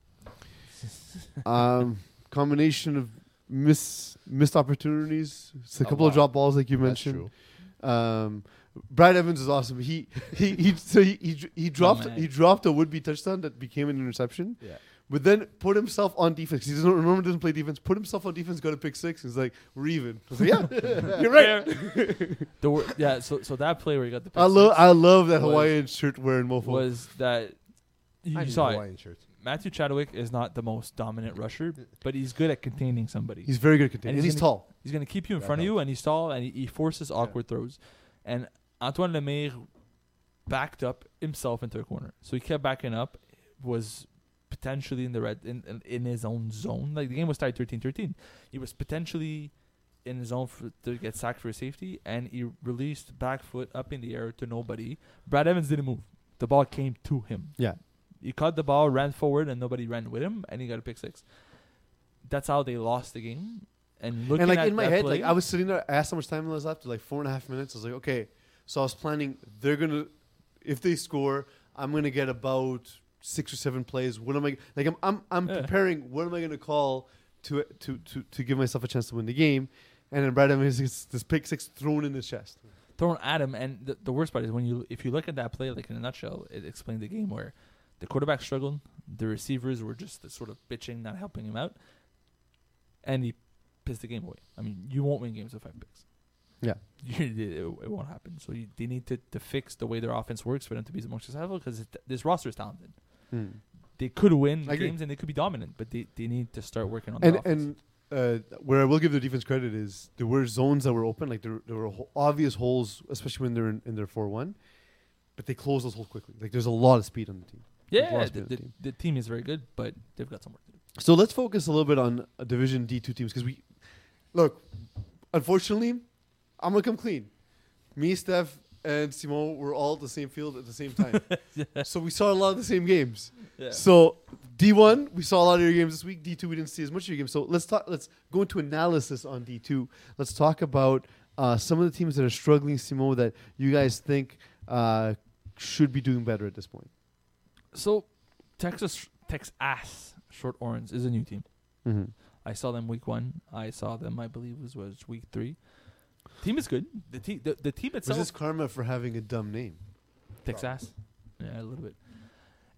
A: um, combination of miss missed opportunities. It's a,
C: A
A: couple of
C: lot.
A: drop balls like you
C: That's
A: mentioned.
C: true.
A: Um, Brad Evans is awesome. He he he so he he, dr- he
C: Oh,
A: dropped
B: man.
A: he dropped a would be touchdown that became an interception.
C: Yeah.
A: But then put himself on defense. He doesn't remember doesn't play defense. Put himself on defense. Got a pick six. He's like we're even. I was like, yeah, you're right.
B: The wor- yeah, so so that play where he got the pick
A: I love
B: six
A: I love that
B: Was-
A: Hawaiian shirt wearing mofo.
B: was that you,
C: I
B: you
C: need
B: saw it.
C: Hawaiian shirts.
B: Matthew Chadwick is not the most dominant rusher, but he's good at containing somebody.
A: he's very good at containing.
B: And
A: And
B: he's
A: he's tall.
B: He's gonna keep you in
C: That
B: front of you, and he's tall, and he, he forces awkward throws. And Antoine Lemaire backed up himself into a corner, so he kept backing up, was potentially in the red in in, in his own zone. Like the game was tied 13-13. He was potentially in his own for, to get sacked for safety, and he released back foot up in the air to nobody. Brad Evans didn't move. The ball came to him.
A: Yeah.
B: He caught the ball, ran forward, and nobody ran with him, and he got a pick six. That's how they lost the game. And looking
A: And like
B: at
A: in my
B: that
A: head,
B: play,
A: like I was sitting there. I asked how much time was left. Like four and a half minutes. I was like, okay. So I was planning. They're gonna, if they score, I'm gonna get about six or seven plays. What am I like? I'm I'm, I'm
B: Yeah.
A: preparing. What am I gonna call to to to to give myself a chance to win the game? And then Brad Evans gets this pick six thrown in his chest.
B: thrown at him. And the, the worst part is when you if you look at that play like in a nutshell, it explained the game where the quarterback struggled, the receivers were just the sort of bitching, not helping him out, and he pissed the game away. I mean, you won't win games with five picks.
A: Yeah.
B: it, it won't happen. So you, they need to, to fix the way their offense works for them to be the most successful because this roster is talented. Hmm. They could win
A: I agree.
B: games and they could be dominant, but they, they need to start working on
A: And
B: the offense.
A: and uh, where I will give the defense credit is there were zones that were open. Like there there were ho- obvious holes, especially when they're in, in their four one. But they closed those holes quickly. Like there's a lot of speed on the team. They've
B: yeah,
A: lost
B: the,
A: me on the
B: the,
A: team.
B: the team is very good, but they've got some work to do.
A: So let's focus a little bit on uh, Division D two teams because we look. Unfortunately, I'm gonna come clean. Me, Steph, and Simon were all at the same field at the same time, so we saw a lot of the same games.
B: Yeah.
A: So D one, we saw a lot of your games this week. D two, we didn't see as much of your games. So let's talk. Let's go into analysis on D two. Let's talk about uh, some of the teams that are struggling, Simon, that you guys think uh, should be doing better at this point.
B: So, Texas Texas Short Orange is a new team.
A: Mm-hmm.
B: I saw them week one. I saw them, I believe, was was week three. Team is good. The team, the, the team
A: Was
B: itself,
A: this karma for having a dumb name?
B: Texas, yeah, a little bit.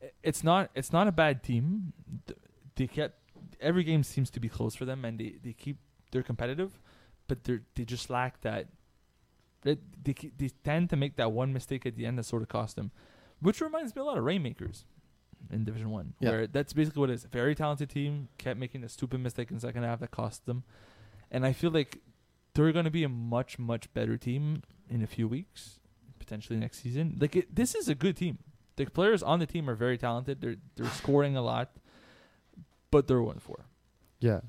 B: I- It's not, it's not a bad team. Th- They kept every game seems to be close for them, and they, they keep they're competitive, but they they just lack that. They they, ke- they tend to make that one mistake at the end that sort of cost them, which reminds me a lot of Rainmakers in Division One,
A: Yeah.
B: where that's basically what it is. Very talented team kept making a stupid mistake in the second half that cost them, and I feel like they're going to be a much much better team in a few weeks, potentially next season. Like it, this is a good team. The players on the team are very talented. They're they're scoring a lot, but they're one four.
A: Yeah.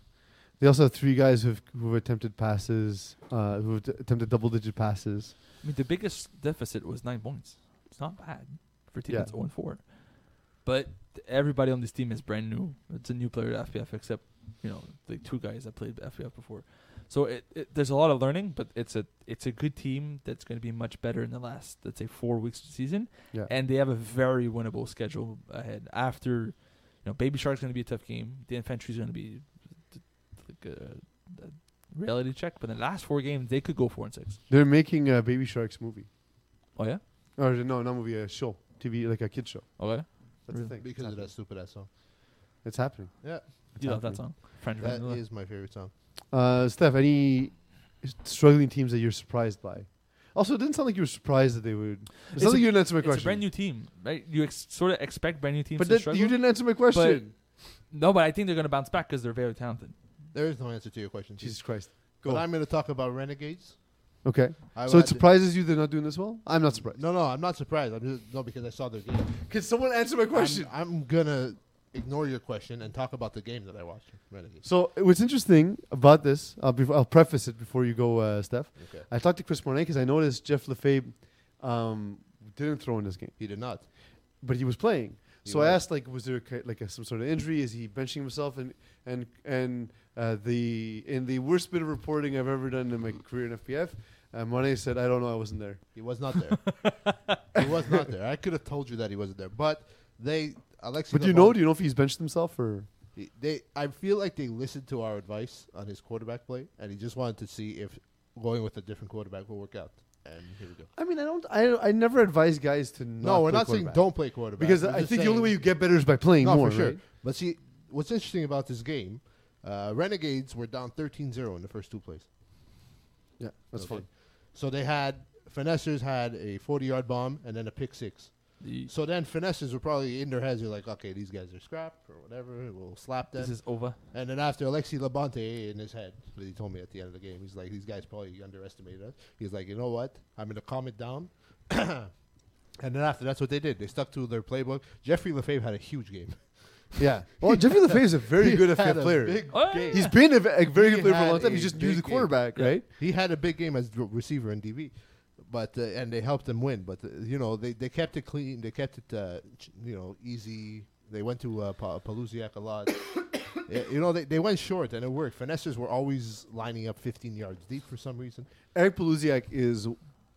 A: They also have three guys who've, who've attempted passes, uh, who've t- attempted double digit passes.
B: I mean, the biggest deficit was nine points. It's not bad for a team
A: Yeah.
B: that's 0 4. But th- everybody on this team is brand new. It's a new player to FPF, except, you know, the two guys that played FPF before. So it, it, there's a lot of learning, but it's a it's a good team that's going to be much better in the last let's say four weeks of the season,
A: Yeah.
B: and they have a very winnable schedule ahead. After, you know, Baby Shark's going to be a tough game. The Infantry's going to be t- t- like a, a reality check. But the last four games, they could go four and six.
A: They're making a Baby Sharks movie.
B: Oh yeah,
A: Or no, not movie, a show. TV, like a kid show.
B: okay.
A: That's
B: Really?
A: the thing. it's
C: because of that
A: happening.
C: stupid ass song.
A: It's happening.
C: Yeah,
A: It's
B: You love that
A: happening.
B: song, French
C: that
B: Vanilla.
C: is my favorite song.
A: Uh, Steph, any struggling teams that you're surprised by? Also, it didn't sound like you were surprised that they would. It's,
B: It's
A: not
B: a-
A: like you didn't answer my
B: It's
A: question.
B: a brand new team, right? You ex- sort of expect brand new teams
A: but
B: to
A: that,
B: struggle.
A: you didn't answer my question.
B: no, but I think they're going to bounce back because they're very talented.
C: There is no answer to your question.
A: Jesus Christ.
C: But
A: Go.
C: I'm going to talk about Renegades.
A: Okay.
C: I
A: so
C: had
A: it surprises you they're not doing this well? I'm not surprised.
C: No, no, I'm not surprised. I'm just no because I saw their game.
A: Can someone answer my question?
C: I'm, I'm gonna ignore your question and talk about the game that I watched. Renegades.
A: so what's interesting about this, I'll, bef- I'll preface it before you go, uh, Steph.
C: Okay.
A: I talked to Chris Mornay because I noticed Jeff Lefebvre um, didn't throw in this game,
C: He did not.
A: but he was playing.
C: He
A: so I
C: was.
A: asked, like, was there ki- like a, some sort of injury? Is he benching himself? And and and uh, the in the worst bit of reporting I've ever done in my career in FPF, uh, Mornay said, "I don't know, I wasn't there."
C: He was not there. he was not there. I could have told you that he wasn't there, but they Alexi.
A: But do you know? Do you know if he's benched himself or?
C: He- They, I feel like they listened to our advice on his quarterback play, and he just wanted to see if going with a different quarterback will work out. And here we go.
A: I mean, I don't. I, I never advise guys to not.
C: No, we're
A: play
C: not saying
A: quarterback.
C: don't play quarterback
A: because
C: We're
A: I
C: just
A: think the only
C: saying-
A: way you get better is by playing
C: no,
A: more.
C: for sure.
A: right?
C: But see, what's interesting about this game, uh, Renegades were down 13-0 in the first two plays.
A: Yeah, that's
C: Okay.
A: fine.
C: So they had finessers had a 40-yard bomb and then a pick six.
B: The-
C: So then finessers were probably in their heads. You're like, okay, these guys are scrap or whatever. We'll slap them.
B: this is over.
C: And then after Alexi Labonte in his head, what he told me at the end of the game, he's like, these guys probably underestimated us. He's like, you know what? I'm gonna calm it down. and then after that's what they did. They stuck to their playbook. Jeffrey Lefebvre had a huge game.
A: Yeah. Well, Jeffrey Lefebvre is a very
C: He
A: good
C: had
A: FPF
C: a
A: player.
C: big
B: Oh, yeah,
C: game.
B: yeah,
A: He's been a, v- a very
C: He
A: good player for a
C: had
A: long time.
C: a
A: He's just new to
C: big
A: the
C: game.
A: quarterback,
B: Yeah.
A: right?
C: He had a big game as r- receiver in DB, but uh, and they helped him win. But uh, you know they, they kept it clean. They kept it uh, ch- you know easy. They went to uh, pa- Palusiak a lot. Yeah, you know they, they went short and it worked. Finessers were always lining up 15 yards deep for some reason.
A: Eric Paluziak is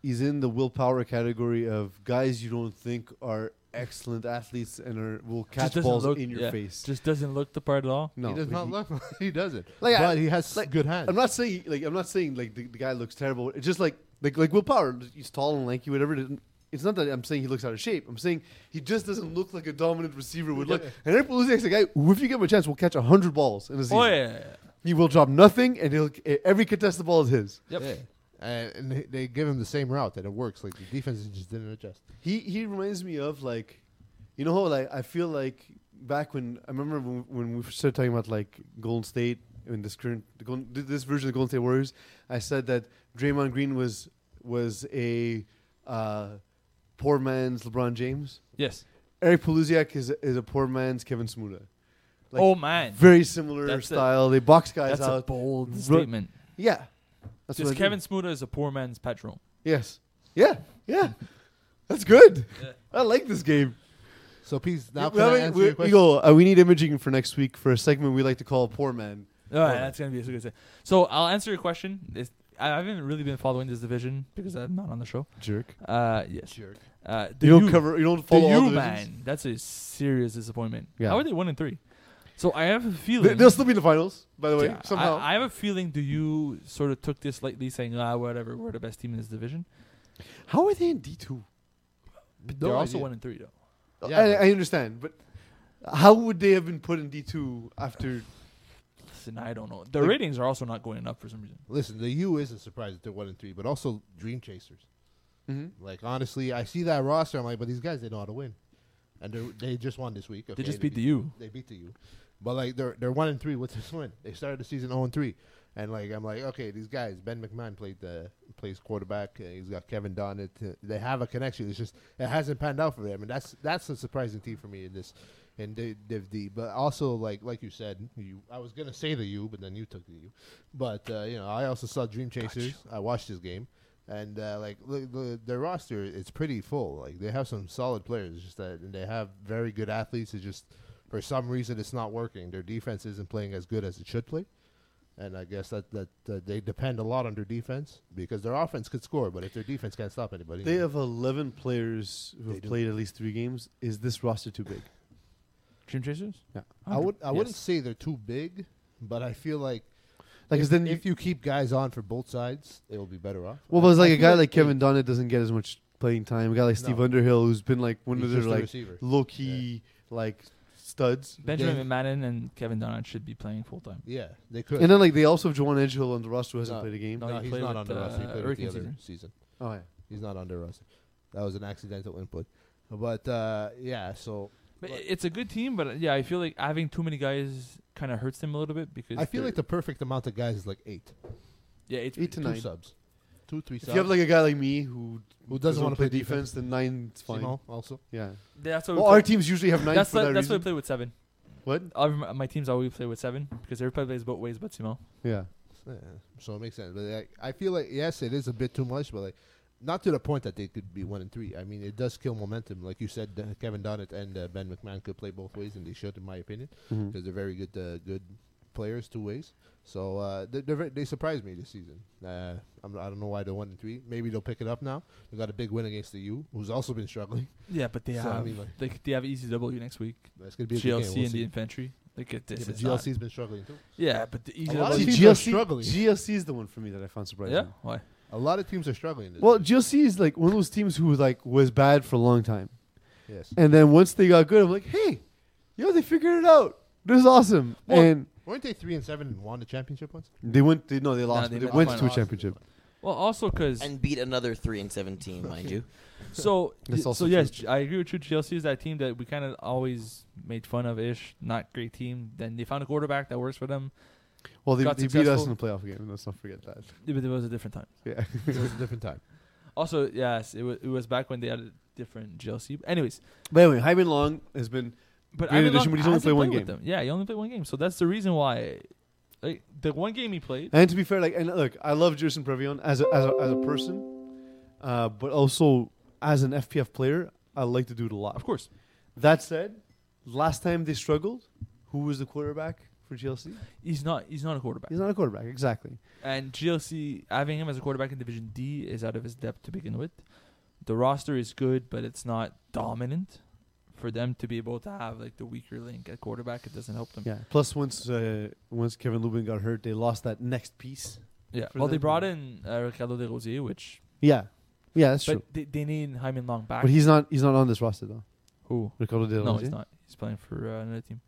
A: he's in the willpower category of guys you don't think are excellent athletes and are will catch
B: doesn't
A: balls
B: look-
A: in your
B: yeah,
A: face.
B: Just doesn't look the part at all.
A: no,
C: he does
A: but
C: not look. he doesn't.
A: Like, I-
C: but he has
A: like,
C: good hands.
A: I'm not saying like I'm not saying like the, the guy looks terrible. It's just like like like willpower. He's tall and lanky, whatever. It is. It's not that I'm saying he looks out of shape. I'm saying he just doesn't look like a dominant receiver would look. And Eric Paluziak's a guy who, if you give him a chance, will catch hundred balls in a season.
B: Oh yeah, yeah, yeah.
A: He will drop nothing, and he'll every contested ball is his.
B: Yep.
C: Yeah. And, and they- they give him the same route and it works. Like the defense just didn't adjust.
A: He he reminds me of like, you know how like I feel like back when I remember when, when we started talking about like Golden State in this current the Golden, th- this version of the Golden State Warriors, I said that Draymond Green was was a uh, poor man's LeBron James.
B: Yes.
A: Eric Paluziak is is a poor man's Kevin Smuda. Like,
B: oh man,
A: Very similar
B: That's a-
A: style. they box guys
B: that's a
A: out.
B: bold
A: Ru-
B: statement.
A: yeah. That's
B: Because
A: what I do.
B: Kevin Smuda is a poor man's Pedro.
A: Yes. Yeah. Yeah. That's good. I like this game.
C: So please now
A: we,
C: can I
A: have a-
C: answer
A: we-
C: your question?
A: Eagle, uh, we need imaging for next week for a segment we like to call Poor Man.
B: All right, Oh, that's gonna be a good. se- So I'll answer your question. It's, I haven't really been following this division because I'm not on the show.
A: Jerk.
B: Uh, yes.
C: Jerk.
B: Uh, the
A: You don't
B: U-
A: cover you don't
B: the
A: follow all
B: U
A: the divisions?
B: man. That's a serious disappointment.
A: Yeah.
B: How are they one and three? So I have a
A: They,
B: feeling
A: will still be in the finals, by the way,
B: Yeah,
A: somehow.
B: I, I have a feeling. Do you sort of took this lightly, saying, "Ah, whatever, we're the best team in this division."
A: How are they in D two?
B: But
C: No
B: they're also
C: idea.
B: one and three, though.
C: Yeah,
A: I,
C: but-
A: I understand, but how would they have been put in D two after
B: Listen, I don't know. Their
A: Like-
B: ratings are also not going up for some reason.
C: Listen, the U isn't surprised that they're one and three, but also Dream Chasers. Like honestly, I see that roster. I'm like, but these guys they know how to win, and they they just won this week.
B: They
C: okay?
B: just beat the
C: beat-
B: U.
C: They beat the U, but like they're they're one and three with this win. They started the season zero and three, and like I'm like, okay, these guys. Ben McMahon played the plays quarterback. Uh, he's got Kevin Donnet. Uh, they have a connection. It's just it hasn't panned out for them, and that's that's a surprising team for me in this. in Div Div D, but also like like you said, you I was gonna say the U, but then you took the U. But uh, you know, I also saw Dream Chasers. I watched this game, and uh, like the, the, their roster, it's pretty full. Like they have some solid players, it's just that and they have very good athletes. It's just for some reason it's not working. Their defense isn't playing as good as it should play, And I guess that, that uh, they depend a lot on their defense because their offense could score, but if their defense can't stop anybody,
A: They have 11 players who
C: They
A: have
C: do.
A: played at least three games. Is this roster too big?
B: Dream Chasers?
A: Yeah.
C: I would I wouldn't
B: Yes.
C: say they're too big, but I feel like
A: Like, 'cause
C: if,
A: then you-
C: if you keep guys on for both sides, it'll be better off.
A: Well, but it's
C: I- I
A: like a
C: feel
A: guy like
C: they-
A: Kevin Donnet doesn't get as much playing time. A guy like Steve
C: No.
A: Underhill, who's been like one
C: he's
A: of their
C: just a
A: like
C: receiver.
A: low key like studs.
B: Benjamin
C: Dave-
B: Madden and Kevin Donant should be playing full time.
C: Yeah, they could.
A: And then like they also have Juwan Edgehill on the roster who hasn't
C: No.
A: played a game.
B: No.
C: no,
B: he
C: he's
B: played
C: not
B: with,
C: on the roster. He
B: uh,
C: played with the
B: Hurricanes
C: other
B: either.
C: season.
A: Oh yeah.
C: He's not on the roster. That was an accidental input. But uh, yeah, so
B: But
C: But-
B: it's a good team, but uh, yeah, I feel like having too many guys kind of hurts them a little bit because
C: I feel
B: they're-
C: like the perfect amount of guys is like eight,
B: yeah, it's
A: Eight to
C: two
A: nine.
C: subs, two three
A: If
C: subs.
A: you have like a guy like me who
C: Who doesn't wanna play
A: defense, then nine's fine.
C: Simo also.
A: Yeah.
B: that's what
A: Well,
B: we
A: our
B: play-
A: teams usually have nine
B: that's
A: for
B: what-
A: that
B: that's what I
A: reason.
B: play with seven.
A: What?
B: All of my, my teams always play with seven because everybody plays both ways, but Simo.
A: Yeah.
C: Yeah, so it makes sense. But like, I feel like yes, it is a bit too much, but like not to the point that they could be one and three. I mean, it does kill momentum, like you said. Uh, Kevin Donnett and uh, Ben McMahon could play both ways, and they should, in my opinion,
A: Mhm.
C: because they're very good, uh, good players two ways. So uh, they they're, ve- they surprised me this season. Uh, I'm, I don't know why they're one and three. Maybe they'll pick it up now. They got a big win against the U, who's also been struggling.
B: Yeah, but they
C: So, I
B: have
C: mean, like-
B: they, they have ECW next week.
C: That's gonna be a good
B: GLC
C: game. We'll
B: and the
C: see.
B: infantry. Like it, this
C: yeah, but
B: is not-
C: GLC's been struggling too.
B: yeah, but the
C: A lot of
A: See,
B: ECW.
C: teams are struggling.
A: GLC is the one for me that I found surprising.
B: Yeah, why?
C: A lot of teams are struggling. This
A: Well,
C: season.
A: GLC is like one of those teams who like was bad for a long time.
C: yes,
A: And then once they got good, I'm like, hey, yo, they figured it out. This is awesome.
C: Well-
A: and
C: weren't they three and seven and won the championship once?
A: they went. They, no, they lost.
B: they
A: but they,
B: missed
A: went
B: the
A: to a
C: finals.
A: championship.
B: Well, also because
D: and beat another three and seventeen, mind you.
B: so
A: That's
B: y-
A: also
B: so yes,
A: true.
B: G- I agree with you. GLC is that team that we kind of always made fun of ish. Not great team. Then they found a quarterback that works for them.
A: Well, they,
B: Got
A: they beat us
B: successful.
A: in the playoff game. Let's not forget that.
B: Yeah, But it was a different time.
A: Yeah.
C: it was a different time.
B: Also, yes, it was it was back when they had a different GLC. Anyways,
A: But anyway, Hyman Long has been.
B: But
A: Great
B: Ivan
A: addition,
B: Long
A: but he's only
B: hasn't
A: played one
B: played with
A: game.
B: them. Yeah, he only played one game, so that's the reason why. Like the one game he played,
A: And to be fair, like, and look, I love Jerson Previon as a, as a, as a person, uh, but also as an FPF player, I like the dude a lot.
B: of course,
A: That said, last time they struggled, who was the quarterback for GLC?
B: he's not he's not a quarterback.
A: He's not a quarterback, exactly.
B: And GLC having him as a quarterback in Division D is out of his depth to begin with. The roster is good, but it's not dominant. For them to be able to have like the weaker link at quarterback, it doesn't help them.
A: Yeah. Plus, once uh, once Kevin Lubin got hurt, they lost that next piece.
B: Yeah.
A: For
B: Well, they
A: them,
B: brought in uh, Ricardo De Rosier, which
A: Yeah, yeah, that's true.
B: but they, they need Hyman Long back.
A: But he's not he's not on this roster though.
B: Who?
A: Ricardo De La
B: No,
A: Rosie.
B: he's not. He's playing for uh, another team.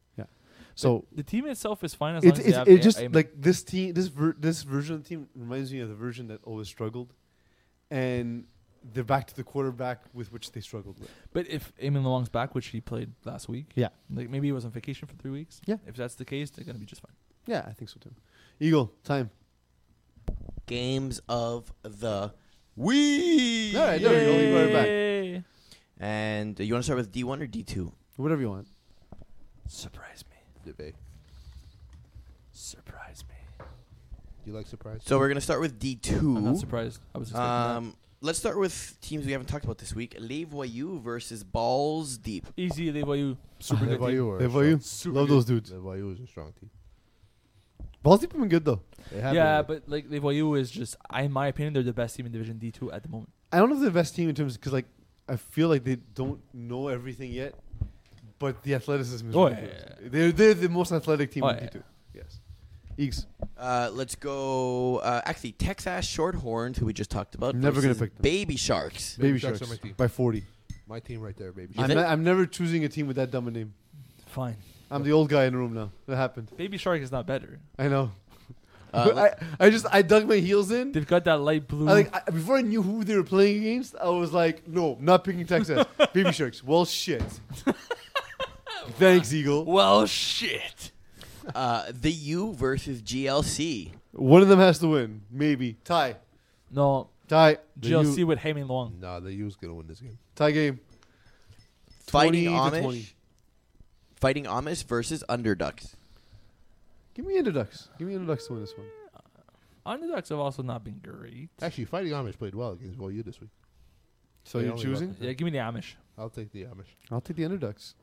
A: So
B: The team itself is fine as long
A: it's
B: as they
A: it's
B: have
A: it
B: a-
A: just
B: a-
A: like this team this ver- this version of the team reminds me of the version that always struggled, and they're back to the quarterback with which they struggled with.
B: But if Eamon Long's back, which he played last week,
A: Yeah.
B: like maybe he was on vacation for three weeks.
A: Yeah.
B: if that's the case, they're gonna be just fine.
A: Yeah, I think so too. Eagle time.
D: Games of the week.
A: All right, there we go. We got it back.
B: Yay.
D: And uh, you want to start with D one or D two?
A: Whatever you want.
B: Surprise me!
C: Debate.
B: Surprise me!
C: Do you like surprise?
D: So we're gonna start with D
B: I'm not
D: two.
B: surprised. I was expecting that.
D: Um, let's start with teams we haven't talked about this week. Les Voyous versus Balls Deep.
B: Easy, they were you super
C: Les
B: good. team.
C: Voyous are
A: They
C: a
A: for you.
C: strong-
A: Love those dudes.
C: Les Voyous is a strong team.
A: Balls deep have been good though.
C: They have
B: Yeah,
C: been-
B: but like Levoyu is just, I, in my opinion, they're the best team in Division D two at the moment.
A: I don't know if they're the best team in terms because like I feel like they don't know everything yet, but the athleticism is
B: Oh,
A: ridiculous.
B: yeah,
A: They're they're the most athletic team
B: Oh,
A: in
B: yeah.
A: D2. Yes. Eeks.
D: Uh, let's go. Uh, actually, Texas Shorthorns, who we just talked about.
A: Never gonna
D: versus
A: pick them.
D: Baby Sharks.
A: Baby,
C: Baby
A: Sharks
C: Sharks are my team.
A: by 40.
C: my team right there, baby.
A: I'm,
D: think-
A: not, I'm never choosing a team with that dumb a name.
B: Fine,
A: I'm the old guy in the room now. That happened.
B: Baby Shark is not better.
A: I know.
D: Uh, let-
A: I, I just I dug my heels in.
B: They've got that light blue.
A: I, like I, before I knew who they were playing against, I was like, no, not picking Texas. Baby Sharks. Well, shit. Thanks, Eagle.
B: well, shit.
D: uh, the U versus GLC.
A: One of them has to win. Maybe tie.
B: No,
A: Tie. The
B: GLC
A: U-
B: with Eamon Long.
C: Nah, the U's gonna win this game.
A: tie game.
D: Fighting
A: 20 to 20.
D: Amish. Fighting Amish versus Underducks.
A: Give me Underducks. Give me Underducks to win this one.
B: Underdogs have also not been great.
C: Actually, Fighting Amish played well against Voyou this week.
A: So
C: They
A: you're
C: only
A: choosing?
C: got-
B: Yeah, give me the Amish.
C: I'll take the Amish.
A: I'll take the Underducks.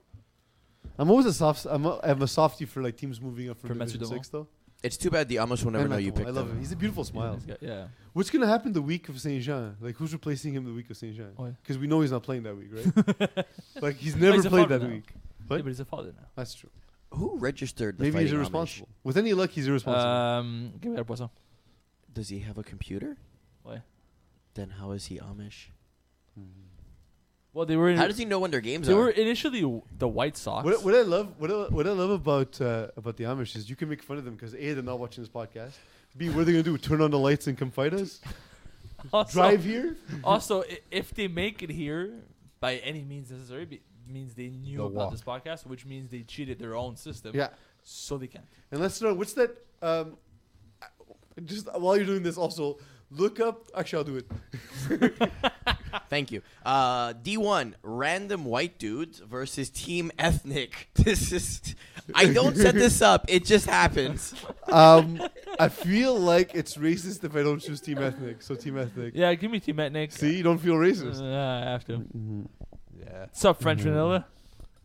A: I'm always a soft. I'm a, I'm a softy for like teams moving up from
B: For
A: Division
B: Matsudomo?
A: Six though.
D: It's too bad the Amish will never
A: And
D: know
A: Michael,
D: you picked
A: I love
D: him.
A: him. He's a beautiful smile.
B: He's got- yeah.
A: What's gonna happen the week of Saint Jean? Like, who's replacing him the week of Saint Jean?
B: Oh, yeah.
A: Because we know he's not playing that week, right? like, he's
B: No,
A: never
B: he's a
A: played
B: father
A: that
B: now.
A: week. What?
B: Yeah, but he's a father now.
A: That's true.
D: Who registered the
A: Maybe
D: fighting
A: he's irresponsible. With any luck, he's irresponsible.
B: Um, give me that poisson.
D: Amish? Does he have a computer?
B: Why?
D: Then how is he Amish?
B: Well, they were. In,
D: How does he know when their games
B: they
D: are?
B: were initially w- the White Sox.
A: What, what I love, what I, what I love about uh, about the Amish is you can make fun of them because a they're not watching this podcast. B what are they gonna do? Turn on the lights and come fight us?
B: also,
A: Drive here?
B: also, i- if they make it here by any means necessary, be, means they knew
C: They'll
B: about
C: walk.
B: this podcast, which means they cheated their own system.
A: Yeah.
B: So they can.
A: And let's know what's that. Um, just while you're doing this, also look up. Actually, I'll do it.
D: Thank you. Uh, D1, random white dudes versus team ethnic. This is. I don't set this up, it just happens.
A: Um, I feel like it's racist if I don't choose team ethnic. So team ethnic.
B: Yeah, give me Team Etnick.
A: See, you don't feel
B: Uh,
A: racist.
B: I have to.
C: Yeah.
B: What's up,
A: Mm-hmm.
B: French Vanilla?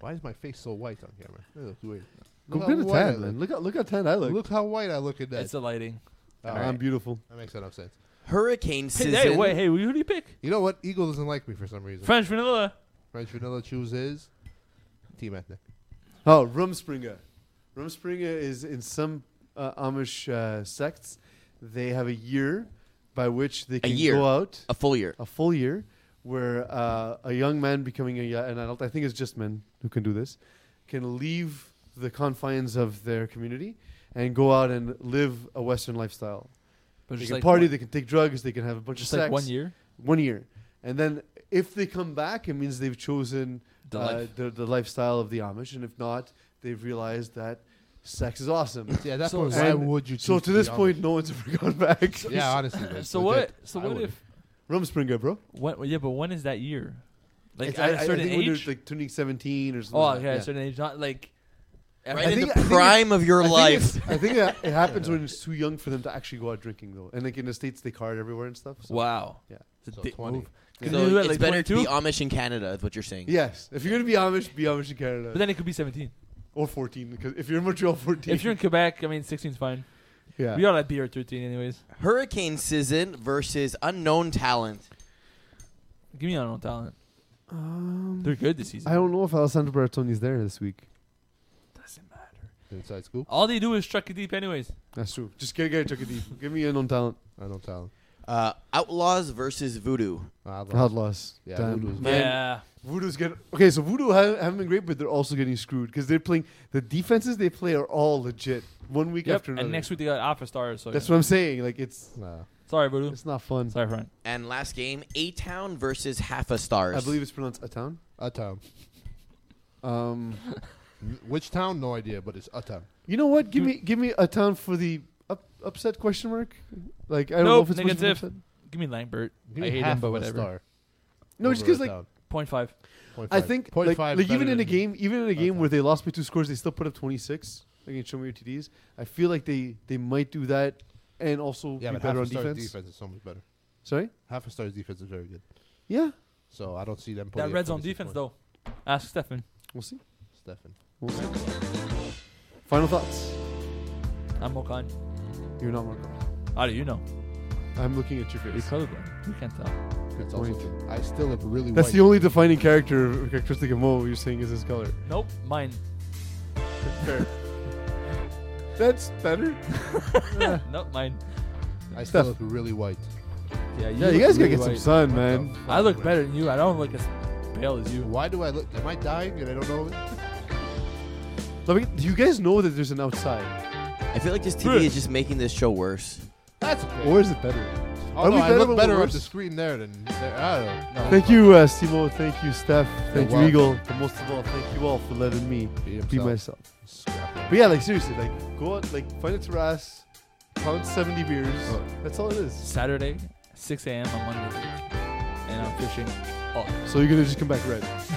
C: Why is my face so white on camera? That looks weird.
A: Go
C: how
A: get a
C: white I
A: tan, man.
C: look.
A: Look how look how tan I look. Oh,
C: Look how white I look in that.
B: It's the lighting.
C: All
A: I'm
C: right.
A: beautiful.
C: That makes enough sense.
D: Hurricane
B: Hey,
D: season.
B: hey, wait, hey, who do you pick?
C: You know what? Eagle doesn't like me for some reason.
B: French Vanilla.
C: French Vanilla chooses Team Ethnic.
A: Oh, Rumspringa. Rumspringa is in some uh, Amish uh, sects, they have a year by which they can
D: year.
A: go out,
D: A full year.
A: a full year, where uh, a young man becoming a, ya- an adult, I think it's just men who can do this, can leave the confines of their community and go out and live a Western lifestyle.
B: But
A: They
B: just
A: can
B: like
A: party,
B: one-
A: they can take drugs, they can have a bunch
B: just
A: of sex.
B: like one year.
A: One year. And then if they come back, it means they've chosen
B: The
A: uh,
B: life.
A: The, the lifestyle of the Amish, and if not, they've realized that sex is awesome.
C: Yeah, that's
B: So-
C: point, why
A: And
C: would you?
A: so
C: choose
A: to this
C: be
A: point, no one's ever gone back.
C: honest? yeah, honestly. man,
B: So
C: legit.
B: what? So
C: I
B: what
C: wouldn't.
B: if?
A: Rumspringa, bro.
B: When, yeah, but when is that year? Like
A: It's-
B: at a
A: I- I- I
B: certain
A: think when they're,
B: age.
A: like turning seventeen or something.
B: oh,
A: like
B: okay,
A: that.
B: at a certain age, not like.
D: Right
A: I
D: in
A: think- I
D: the
A: think
D: prime of your
A: I think
D: life.
A: it's- I think it, it happens when it's too young for them to actually go out drinking, though. And like in the states, they card everywhere and stuff. So.
B: Wow.
A: Yeah.
B: It's
C: So
B: a dick
C: 20.
B: move.
A: Yeah.
B: Can
D: So
B: you do it,
D: it's
B: like,
D: better to be
B: 22?
D: Amish in Canada, is what you're saying.
A: Yes, if you're gonna be Amish, be Amish in Canada
B: But then it could be 17.
A: or fourteen. Because if you're in Montreal, fourteen.
B: If you're in Quebec, I mean, 16's fine.
A: yeah.
B: We all at beer at 13, anyways.
D: Hurricane season versus unknown talent.
B: Give me unknown talent.
A: Um,
B: They're good this season.
A: I don't know if Alessandro Bertoni's there this week.
B: Doesn't matter.
C: Inside scoop.
B: All they do is chuck it deep, anyways.
A: That's true. Just get a guy who took a deep. Give me a known talent.
C: I don't tell.
D: Uh, outlaws versus voodoo.
C: I love-
A: Outlaws.
C: Yeah,
A: Damn.
C: Voodoo's-
A: Man,
B: Yeah.
A: Voodoo's get okay. So Voodoo ha- haven't been great, but they're also getting screwed because they're playing the defenses they play are all legit. One week
B: Yep.
A: after another.
B: And next week they got Alpha Stars. So
A: That's
B: yeah.
A: what I'm saying. Like it's
C: Nah.
B: Sorry, Voodoo.
A: it's not fun.
B: Sorry, Frank.
D: And last game, A Town versus Half a Stars.
A: I believe it's pronounced a town.
C: A town.
A: Um,
C: Which town? No idea, but it's a town.
A: you know what? Give me give me a town for the up, upset question mark. Like I don't know
B: Nope,
A: if it's supposed to be
B: negative.
A: upset.
B: Give me Langbert.
C: Give me
B: I hate
C: half
B: him, but
C: of a
B: whatever.
C: star
A: No, just
C: over a
A: because like
C: town.
B: Point five.
C: Point
A: I
C: five.
A: think
C: Point
A: like,
C: five
A: like even
C: better
A: in a
C: than-
A: game, even in a game
C: Okay.
A: where they lost by two scores, they still put up 26 against Show Me Your TDs. I feel like they they might do that and also
C: Yeah,
A: be
C: but half
A: better
C: a
A: on
C: star's
A: defense.
C: defense. is so much better.
A: Sorry.
C: Half a star's defense is very good.
A: Yeah,
C: So I don't see them. putting
B: That
C: up
B: red zone
C: 26
B: defense,
C: points.
B: though. Ask Stefan.
A: we'll see.
C: Stefan.
A: We'll see. Final thoughts.
B: I'm Mokan.
A: You're not Marco.
B: How do you know?
A: I'm looking at your
B: You're
A: face.
B: colorblind. You can't tell.
C: It's also
A: point.
C: good. I still look really
A: That's
C: white.
A: the only defining character characteristic of Mo. You're saying is his color.
B: Nope. Mine.
A: Fair. That's better.
B: nope. Mine.
C: I still
A: Steph.
C: look really white.
A: yeah,
B: Yeah.
A: you
B: look
A: guys gotta
B: really
A: get some
B: white.
A: sun,
C: What
A: man.
C: the
B: I look
C: fuck?
B: better than you. I don't look as pale as you.
C: Why do I look? Am I dying and I don't know? it?
A: Let me, do you guys know that there's an outside,
D: I feel like this TV
B: Bruh.
D: is just making this show worse.
C: That's okay.
A: or is it better?
C: Although
A: we
C: I
A: better
C: look
A: when we're
C: better on
A: worse?
C: the screen there than there. I don't know.
A: Thank you, uh, Simo. Thank you, Steph. Thank you,
C: welcome.
A: Eagle. And most of all, thank you all for letting me
C: Be
A: be
C: myself.
A: myself. But yeah, like seriously, like go out, like find a terrace, pound 70 beers.
C: Oh.
A: That's all it is.
B: Saturday, 6 a.m. on Monday, and I'm fishing. Oh,
A: So you're gonna just come back red.